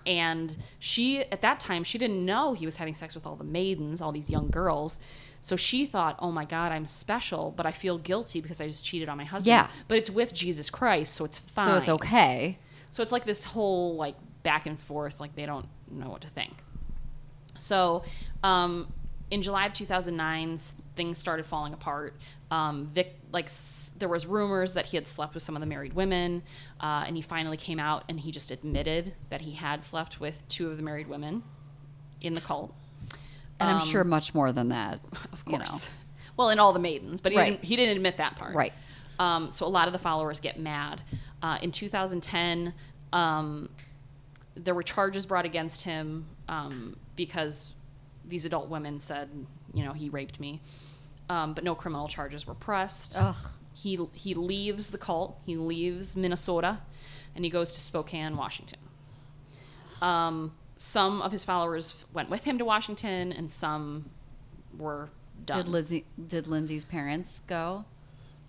and she at that time she didn't know he was having sex with all the maidens all these young girls so she thought oh my god i'm special but i feel guilty because i just cheated on my husband Yeah. but it's with jesus christ so it's fine So it's okay. so it's like this whole like back and forth, like they don't know what to think. So um, in July of 2009, s- things started falling apart. Um, Vic, like s- there was rumors that he had slept with some of the married women, uh, and he finally came out and he just admitted that he had slept with two of the married women in the cult. And I'm sure much more than that. Um, Of course. Well, and all the maidens, but he, Right. didn't, he didn't admit that part. Right. Um, so a lot of the followers get mad. Uh, in 2010, um, there were charges brought against him um, because these adult women said, you know, he raped me. Um, but no criminal charges were pressed. Ugh. He, he leaves the cult, he leaves Minnesota, and he goes to Spokane, Washington. Um, some of his followers f- went with him to Washington, and some were done. Did Lizzie? Did Lindsay's parents go?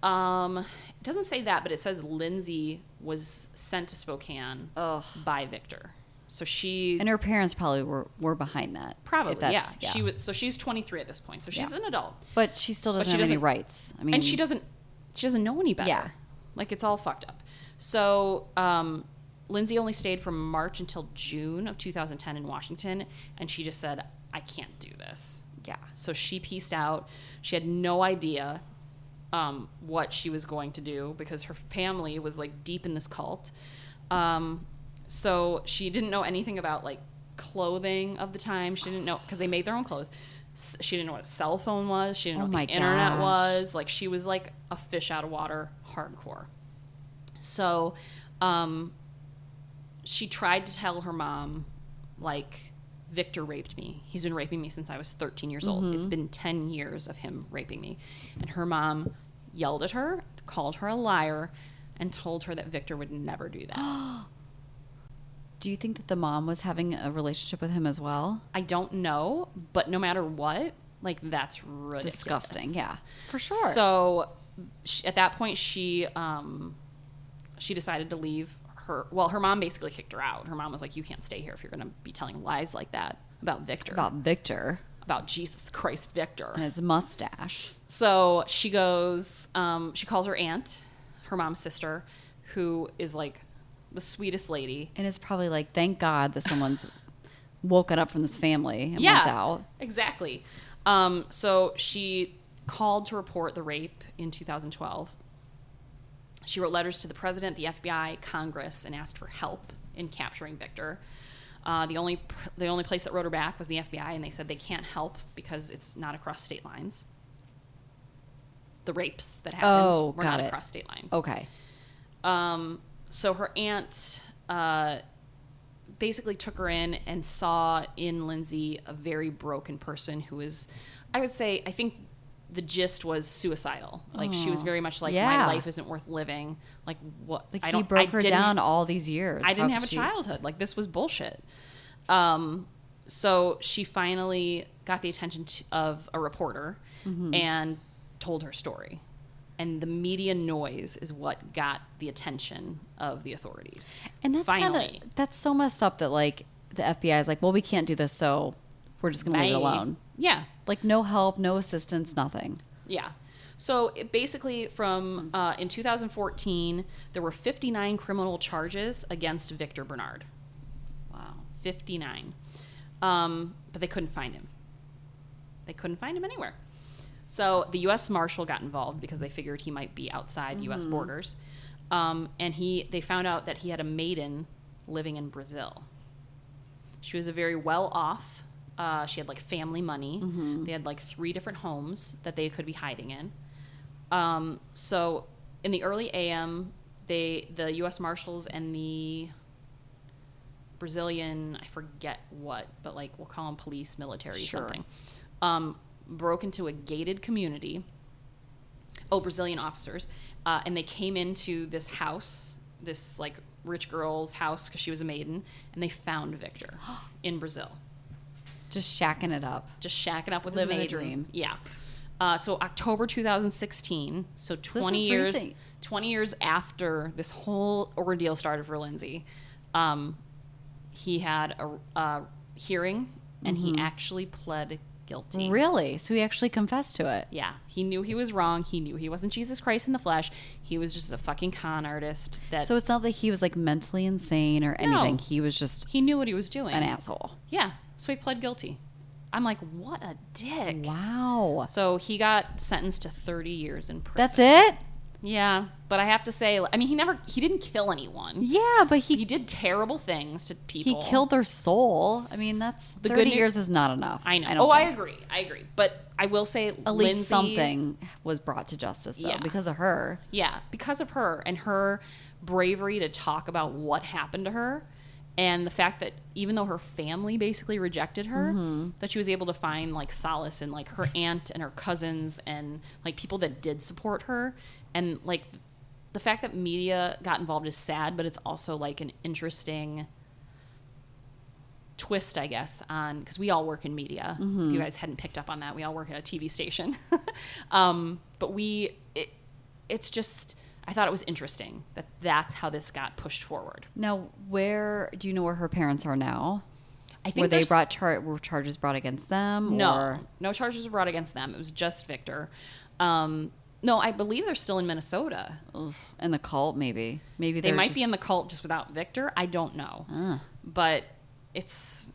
Um, it doesn't say that, but it says Lindsay was sent to Spokane Ugh. by Victor. So she And her parents probably were, were behind that. if probably yeah. that's- She was so she's 23 at this point, so she's Yeah. an adult, But she still doesn't she have any doesn't- rights. I mean, and she doesn't she doesn't know any better. Yeah. like it's all fucked up. So um, Lindsay only stayed from March until June of 2010 in Washington, and she just said, "I can't do this." Yeah. So she pieced out. She had no idea um, what she was going to do because her family was like deep in this cult. Um, so she didn't know anything about like clothing of the time. She didn't know because they made their own clothes. S- she didn't know what a cell phone was. She didn't Oh know my what the internet gosh. was. Like she was like a fish out of water, hardcore. So um, she tried to tell her mom, like, Victor raped me. He's been raping me since I was 13 years old. Mm-hmm. It's been 10 years of him raping me. And her mom yelled at her, called her a liar, and told her that Victor would never do that. Do you think that the mom was having a relationship with him as well? I don't know, but no matter what, like, that's ridiculous. Disgusting. Yeah, for sure. So sh at that point, she um, she decided to leave her. Well, her mom basically kicked her out. Her mom was like, "You can't stay here if you're going to be telling lies like that about Victor, about Victor about Jesus Christ, Victor." and his mustache. So she goes, um, she calls her aunt, her mom's sister, who is like the sweetest lady. And it's probably like, thank God that someone's woken up from this family and wants out. Exactly. Um, so she called to report the rape in 2012. She wrote letters to the president, the FBI, Congress, and asked for help in capturing Victor. Uh, the only pr- the only place that wrote her back was the FBI, and they said they can't help because it's not across state lines. The rapes that happened Oh, were got not it. across state lines. Okay. Um, so her aunt uh, basically took her in and saw in Lindsay a very broken person who is, I would say, I think the gist was suicidal. Like she was very much like, yeah. my life isn't worth living. Like what? Like I he don't- I broke her didn't- down all these years. Oh, I didn't How have a could she- childhood. Like this was bullshit. Um, so she finally got the attention t- of a reporter Mm-hmm. and told her story. And the media noise is what got the attention of the authorities. And that's kind finally, of that's so messed up that like the FBI is like, well, we can't do this, so we're just gonna leave it Bye. alone. Yeah, Like no help, no assistance, nothing. Yeah. So it basically, from uh, in 2014, there were 59 criminal charges against Victor Bernard. Wow, 59. Um, but they couldn't find him. They couldn't find him anywhere. So the U.S. Marshal got involved because they figured he might be outside U.S. borders, um, and he they found out that he had a maiden living in Brazil. She was a very well off. Uh, she had like family money. They had like three different homes that they could be hiding in. Um, so in the early AM, they the U.S. Marshals and the Brazilian I forget what, but like we'll call them police, military, Sure. something, um, broke into a gated community oh brazilian officers uh, and they came into this house this like rich girl's house because she was a maiden and they found victor in brazil Just shacking it up. just shacking up with Living the his maiden. dream. yeah uh, so october 2016 so 20 is years recent. 20 years after this whole ordeal started for lindsay um, he had a, a hearing and he actually pled guilty Mm-hmm. Really? So he actually confessed to it. yeah, he knew he was wrong. He knew he wasn't Jesus Christ in the flesh. He was just a fucking con artist that So it's not that he was like mentally insane or anything. No. He was just he knew what he was doing. an asshole. Yeah, so he pled guilty. I'm like, what a dick. Wow. So he got sentenced to 30 years in prison. That's it? Yeah, but I have to say, I mean, he never he didn't kill anyone. Yeah, but he He did terrible things to he people. killed their soul. I mean, that's The good 30 new- years is not enough. I know. don't oh, I think. agree. I agree. But I will say, At least Lindsay- something was brought to justice though Yeah. because of her. Yeah, because of her and her bravery to talk about what happened to her and the fact that even though her family basically rejected her that she was able to find like solace in like her aunt and her cousins and like people that did support her and like the fact that media got involved is sad but it's also like an interesting twist, I guess, on because we all work in media. Mm-hmm. If you guys hadn't picked up on that, we all work at a TV station. um, but we, it, it's just, I thought it was interesting that that's how this got pushed forward. Now, where do you know where her parents are now? I think Were they there's- brought char- were charges brought against them? No, or- no charges were brought against them. It was just Victor. Um, no, I believe they're still in Minnesota. Ugh, in the cult, maybe. Maybe They they're might be in the just- Ah. cult just without Victor. I don't know, but it's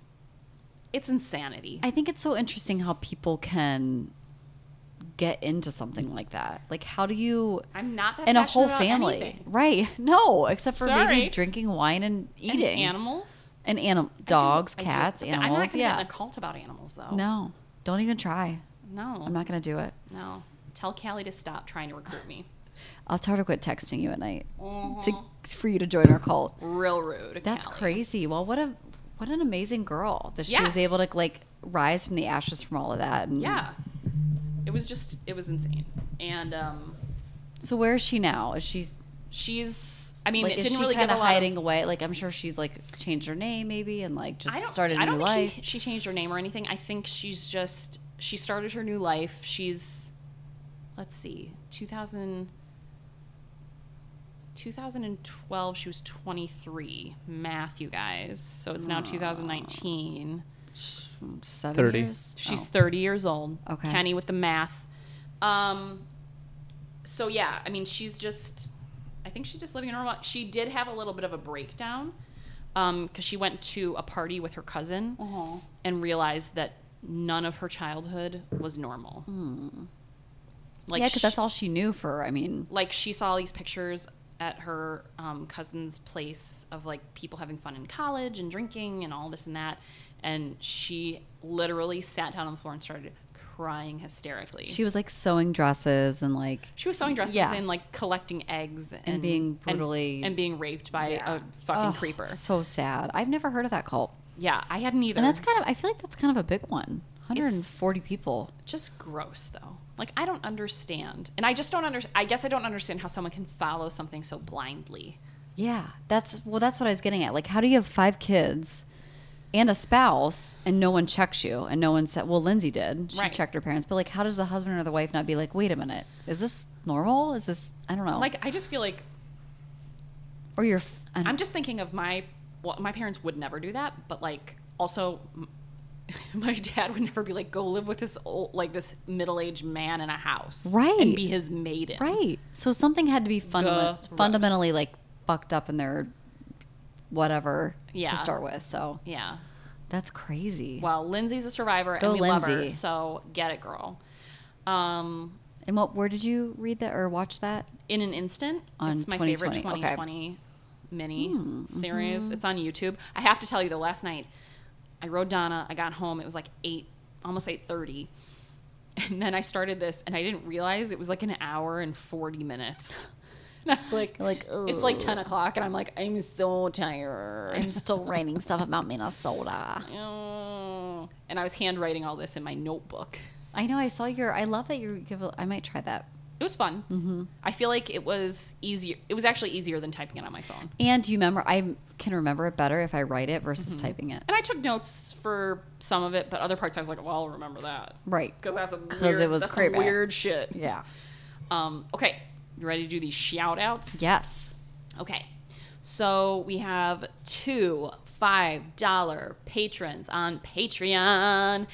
it's insanity. I think it's so interesting how people can get into something like that. Like, how do you? I'm not that in a passionate whole about family, anything. right? No, except for Sorry. maybe drinking wine and And eating animals, and anim- dogs, I do- cats, but I'm not animals. gonna Yeah, get in a cult about animals though. no, don't even try. no, I'm not gonna do it. no. Tell Callie to stop trying to recruit me. I'll try to quit texting you at night Uh-huh. to, for you to join our cult. Real rude. That's Callie. crazy. Well, what a what an amazing girl that she Yes. was able to like rise from the ashes from all of that. And Yeah, it was just it was insane. And um, So where is she now? Is she she's. I mean, like it is didn't she really give kind a of lot hiding of, away? Like I'm sure she's like changed her name maybe and like just I don't, started a I don't new think life. She, she changed her name or anything. I think she's just she started her new life. She's let's see, 2000, 2012, She was twenty three. Math, you guys. So it's now two thousand nineteen. Seven 30. years? She's 30 years old. Oh. Okay. Kenny with the math. Um, so yeah, I mean, she's just, I think she's just living a normal. She did have a little bit of a breakdown because she went to a party with her cousin Uh-huh. and realized that none of her childhood was normal. Like Hmm. yeah, because she- that's all she knew for. I mean, like she saw all these pictures at her um, cousin's place of like people having fun in college and drinking and all this and that and she literally sat down on the floor and started crying hysterically she was like sewing dresses and like she was sewing dresses Yeah. and like collecting eggs and, being brutally- and, being raped by a fucking ugh, creeper oh, So sad. I've never heard of that cult, yeah i hadn't either and that's kind of. I feel like that's kind of a big one. 140 people. just gross though like i don't understand and i just don't under i guess i don't understand how someone can follow something so blindly Yeah, that's well. That's what I was getting at. Like, how do you have five kids and a spouse, and no one checks you, and no one said, "Well, Lindsay did. She Right. checked her parents." But like, how does the husband or the wife not be like, "Wait a minute, is this normal? Is this I don't know." like i just feel like or your. I don't, I'm just thinking of my well, my parents would never do that, but like also m- my dad would never be like go live with this old like this middle-aged man in a house and Right. be his maiden. Right. So something had to be funda- Gross. fundamentally like fucked up in their whatever Yeah. to start with. So Yeah. that's crazy. Well, Lindsay's a survivor Go and we love her, Lindsay. so get it, girl. Um And what? Where did you read that or watch that? in an instant. On it's my favorite 2020, okay. Hmm, 2020 mini series. It's on YouTube. I have to tell you though, last night I rode Donna. I got home. It was like eight, almost eight thirty, and then I started this, and I didn't realize it was like an hour and forty minutes. And I was like, Like, it's like ten o'clock, and I'm like, I'm so tired. I'm still writing stuff about Minnesota. Oh. And I was handwriting all this in my notebook. I know. I saw your. I love that you give. a- I might try that. It was fun. Mm-hmm. I feel like it was easier. It was actually easier than typing it on my phone. And do you remember? I can remember it better if I write it versus Mm-hmm. typing it. And I took notes for some of it, but other parts I was like, well, I'll remember that. Right. Because that's a 'Cause weird, it was that's some crazy. weird shit. Yeah. Um, okay. You ready to do these shout outs? Yes. Okay. So we have two $5 patrons on Patreon.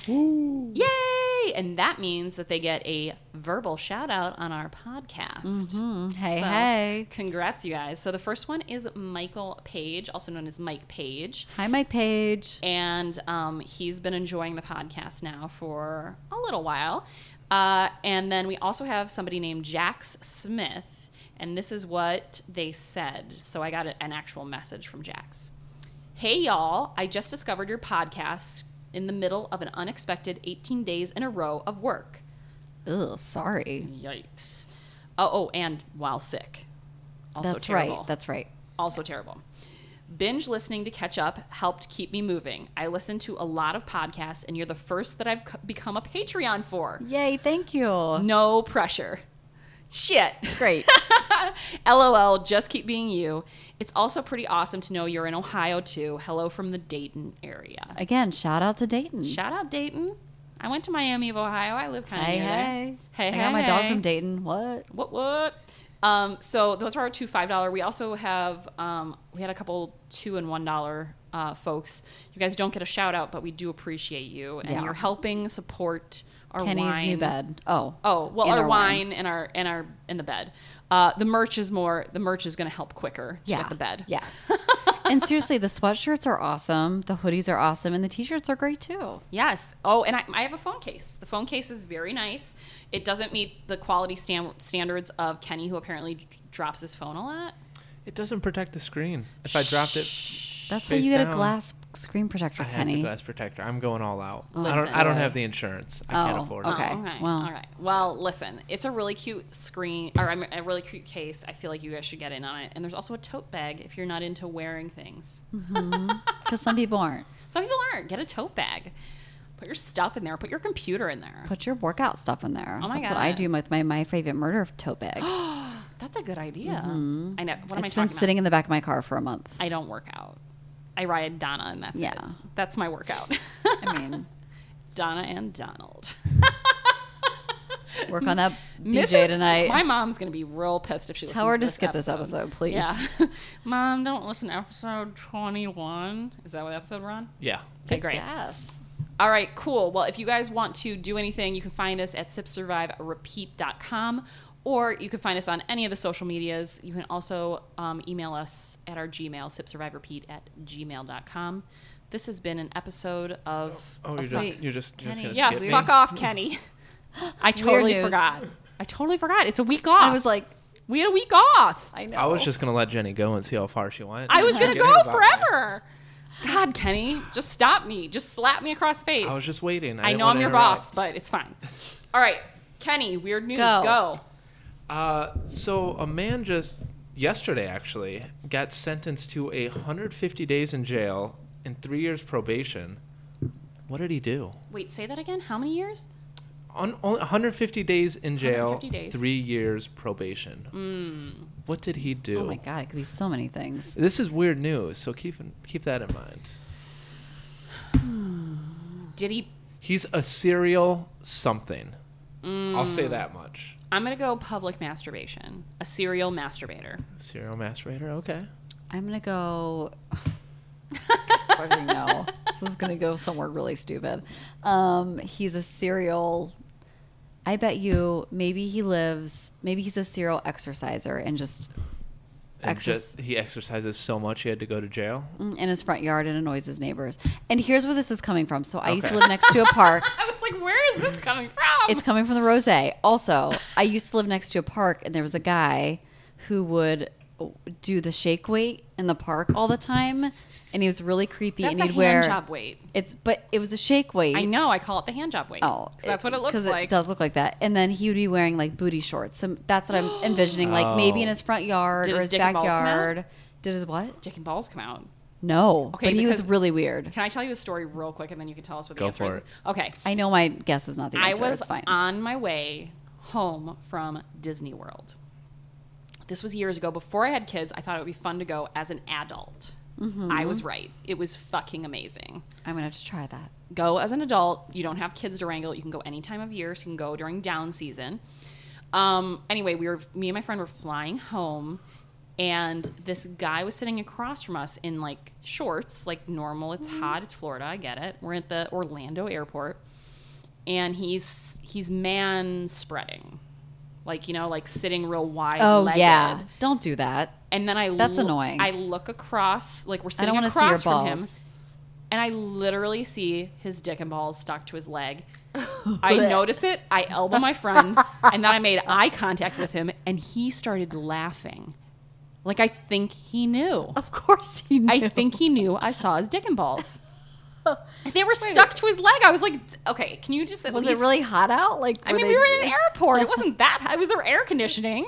Yay! And that means that they get a verbal shout out on our podcast. Hey, Mm-hmm. So, hey. Congrats, you guys. So the first one is Michael Page, also known as Mike Page. Hi, Mike Page. and um, he's been enjoying the podcast now for a little while. Uh, and then we also have somebody named Jax Smith, and this is what they said. So I got a- an actual message from Jax. Hey, y'all, I just discovered your podcast in the middle of an unexpected 18 days in a row of work. Ugh. Sorry. Yikes. Oh, oh and while sick. Also That's terrible right. That's right. also terrible. Binge listening to catch up helped keep me moving. I listen to a lot of podcasts, and you're the first that I've c- become a Patreon for. Yay! Thank you. No pressure. Shit. Mm-hmm. Great. LOL, just keep being you. It's also pretty awesome to know you're in Ohio too. Hello from the Dayton area. Again, shout out to Dayton. Shout out Dayton. I went to Miami of Ohio. I live kind of hey, near hey. there. Hey, I hey, got my dog hey. from Dayton. What? What what? Um, so those are our two five dollar. We also have um, we had a couple two and one dollar uh, folks. You guys don't get a shout out, but we do appreciate you, and Yeah. you're helping support our Kenny's wine. new bed. Oh. Oh well, and our, wine, and our and our and the bed. Uh, the merch is more. The merch is going to help quicker. To Yeah. get the bed. Yes. and seriously, the sweatshirts are awesome. The hoodies are awesome. And the t shirts are great too. Yes. Oh, and I, I have a phone case. The phone case is very nice. It doesn't meet the quality stan- standards of Kenny, who apparently d- drops his phone a lot. It doesn't protect the screen. If I dropped it, That's why Face you get a down. glass screen protector, I have the Kenny. glass protector. I'm going all out. I Listen. don't. I don't have the insurance. I Oh, can't afford okay. it. well. all right. Well, listen, it's a really cute screen or I mean, a really cute case. I feel like you guys should get in on it. And there's also a tote bag if you're not into wearing things. Hmm. Because some people aren't. Some people aren't. Get a tote bag. Put your stuff in there. Put your computer in there. Put your workout stuff in there. Oh my That's what I God. Oh do with my My Favorite Murder tote bag. That's a good idea. I know. What am I Mm-hmm. it's talking been about? sitting in the back of my car for a month. I don't work out. I ride Donna, and that's yeah. Yeah. That's my workout. I mean, Donna and Donald. work on that BJ Mrs. tonight. My mom's gonna be real pissed if she Tell listens her to this skip this episode, please. Yeah, mom, don't listen to episode twenty-one. Is that what episode we're on? Yeah. Okay, great. Yes. All right, cool. Well, if you guys want to do anything, you can find us at sipsurviverepeat.com or you can find us on any of the social medias. You can also um, email us at our Gmail, sipsurviverepeat at gmail.com. This has been an episode of. Oh, you're of just. fuck- You're just. You're just Kenny. gonna yeah, skip me? fuck off, Kenny. I totally news. forgot. I totally forgot. It's a week off. I was like, we had a week off. I know. I was just gonna let Jenny go and see how far she went. I was going to Forgetting go about me. forever. God, Kenny, just stop me. Just slap me across the face. I was just waiting. I didn't know wanna I'm your interrupt. boss, but it's fine. All right, Kenny, weird news. Go. Go. Uh, so a man just yesterday actually got sentenced to a 150 days in jail and three years probation. What did he do? Wait, say that again. How many years? On, on 150 days in jail, 150 days. Mm. three years probation. What did he do? oh my God, it could be so many things. This is weird news, so keep in- keep that in mind. Did he? He's a serial something. I'll say that much. I'm gonna go public masturbation. A serial masturbator. Serial masturbator. Okay. I'm going to go. fucking no. This is going to go somewhere really stupid. Um, he's a serial. I bet you maybe he lives, maybe he's a serial exerciser and just And Exerc- just, he exercises so much he had to go to jail. in his front yard and annoys his neighbors. And here's where this is coming from. So I used to Okay. live next to a park. I was like, where is this coming from? It's coming from the rose. Also, I used to live next to a park, and there was a guy who would do the shake weight in the park all the time, and he was really creepy. that's and a he'd hand wear job weight. It's but it was a shake weight. I know. I call it the hand job weight. Oh, 'Cause that's what it looks Because like. it does look like that. And then he would be wearing like booty shorts. So that's what I'm envisioning. Like maybe in his front yard Did or his his dick and balls come out? backyard. Did his what? Dick and balls come out. No. Okay, but he was because- really weird. Can I tell you a story real quick, and then you can tell us what the Go answer for is? it. Okay. I know my guess is not the I answer. was it's fine. on my way home from Disney World. This was years ago. Before I had kids, I thought it would be fun to go as an adult. Mm-hmm. I was right. It was fucking amazing. I'm gonna have to try that. Go as an adult. You don't have kids to wrangle. You can go any time of year. So you can go during down season. Um, anyway, we were me and my friend were flying home, and this guy was sitting across from us in like shorts, like normal. It's Mm-hmm. hot. It's Florida. I get it. We're at the Orlando airport and he's he's man spreading, like you know, like sitting real wide. Oh yeah, don't do that. and then I That's loo- annoying. I look across, like we're I sitting don't want to see your across from him, balls. and I literally see his dick and balls stuck to his leg. I notice it. I elbow my friend, and then I made eye contact with him, and he started laughing, like I think he knew. Of course he. Knew. I think he knew I saw his dick and balls. They were stuck to his leg. I was like, okay, can you just at was it least- really hot out? Like I mean, we were in an airport. It wasn't that. high. Was there air conditioning?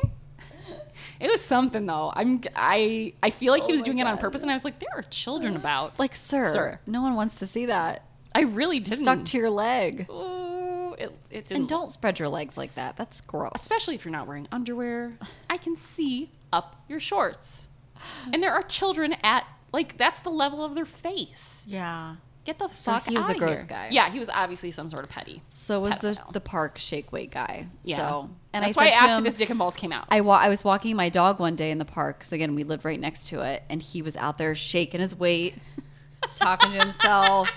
It was something though. I'm. I. I feel Oh like he was doing it on purpose, and I was like, there are children about. Like, sir, Sir. no one wants to see that I really didn't. stuck to your leg. Ooh, it, it didn't. And don't spread your legs like that. That's gross. especially if you're not wearing underwear. I can see up your shorts. And there are children at like that's the level of their face. Yeah. Get the fuck he was a outta gross here. guy. Yeah, he was obviously some sort of petty. So was the Pedophile. the park shake weight guy. Yeah. So and that's I why I said to asked him- if his dick and balls came out. I, wa- I was walking my dog one day in the park because again we lived right next to it, and he was out there shaking his weight, talking to himself,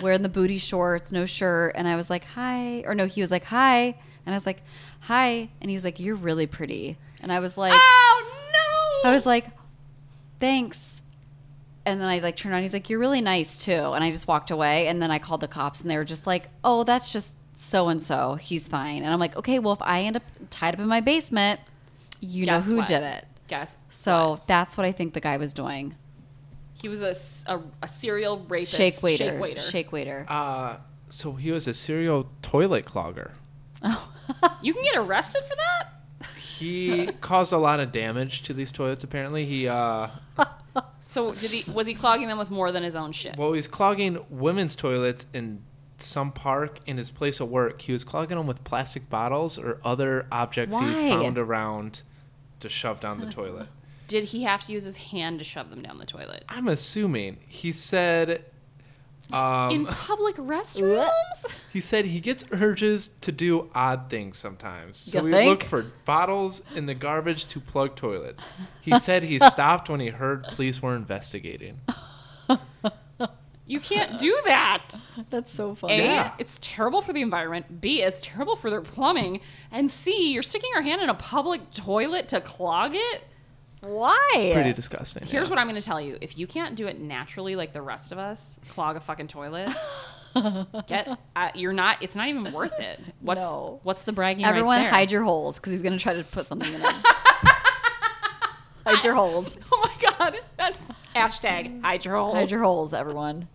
wearing the booty shorts, no shirt, and I was like, "Hi," or no, he was like, "Hi," and I was like, "Hi," and he was like, "You're really pretty," and I was like, oh no! I was like, "Thanks." And then I like turned on. He's like, "You're really nice too," and I just walked away. And then I called the cops, and they were just like, "Oh, that's just so and so. He's fine." And I'm like, "Okay, well, if I end up tied up in my basement, you Guess know who what? did it." guess So that's what I think the guy was doing. he was a, s- a- a serial rapist. Shake waiter, Shake waiter. Uh, so he was a serial toilet clogger. You can get arrested for that. He caused a lot of damage to these toilets. Apparently, he uh, So did he? Was he clogging them with more than his own shit? Well, he was clogging women's toilets in some park in his place of work. He was clogging them with plastic bottles or other objects Why? he found around to shove down the toilet. Did he have to use his hand to shove them down the toilet I'm assuming he said Um. uh, in public restrooms? he said he gets urges to do odd things sometimes. So You we think? look for bottles in the garbage to plug toilets. He said he stopped when he heard police were investigating. You can't do that. That's so A, funny. it's terrible for the environment. B, it's terrible for their plumbing. And C, you're sticking your hand in a public toilet to clog it. Why? Pretty disgusting. Here's yeah. what I'm going to tell you: if you can't do it naturally, like the rest of us, clog a fucking toilet. Get uh, you're not. It's not even worth it. What's No. what's the bragging? rights Everyone there? hide your holes because he's gonna try to put something in it. hide your holes. Oh my god, that's hashtag hide your holes. Hide your holes, everyone.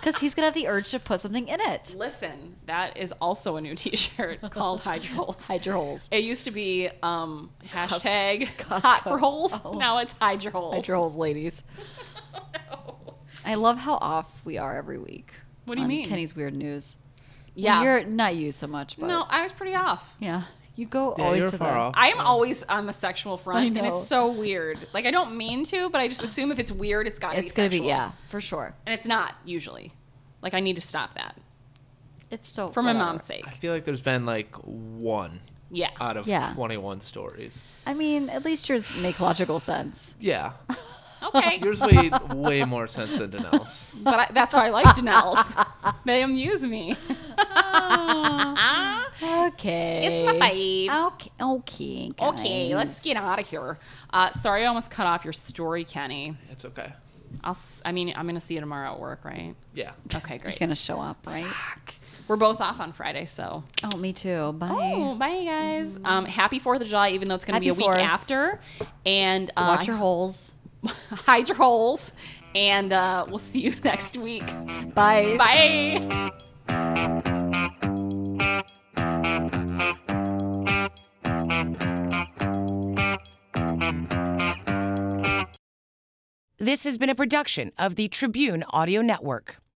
Because he's gonna have the urge to put something in it. Listen, that is also a new T-shirt called hide your holes. Hide your holes. It used to be um, hashtag Costco. hot for holes. Oh. Now it's hide your holes. Hide your holes, ladies. I love how off we are every week. What do you on mean? Kenny's weird news. Yeah. you're not you so much, but no, I was pretty off. yeah, you go Yeah, always you're to far the- off. I am always on the sexual front, Oh. I and know. it's so weird. Like I don't mean to, but I just assume if it's weird, it's gotta be. It's gonna be sexual. yeah, for sure. and it's not usually. Like I need to stop that It's still for my whatever. mom's sake. I feel like there's been like one Yeah, out of Yeah. 21 stories. I mean, at least yours make logical sense. Yeah. okay, Yours made way more sense than Danelle's. but I, that's why I like Danelle's. they amuse me. Ah. Okay. It's my fave. Okay. Okay. Okay, let's get out of here. Uh, sorry, I almost cut off your story, Kenny. It's okay. I'll. s- I mean, I'm gonna see you tomorrow at work, right? Yeah. Okay, You're great. gonna show up, right? We're both off on Friday, so Oh, me too. Bye. Oh, bye guys. Um, happy Fourth of July, even though it's going to be a Happy week 4th. after. And uh, Watch your holes. hide your holes. And uh, we'll see you next week. Bye. Bye. This has been a production of the Tribune Audio Network.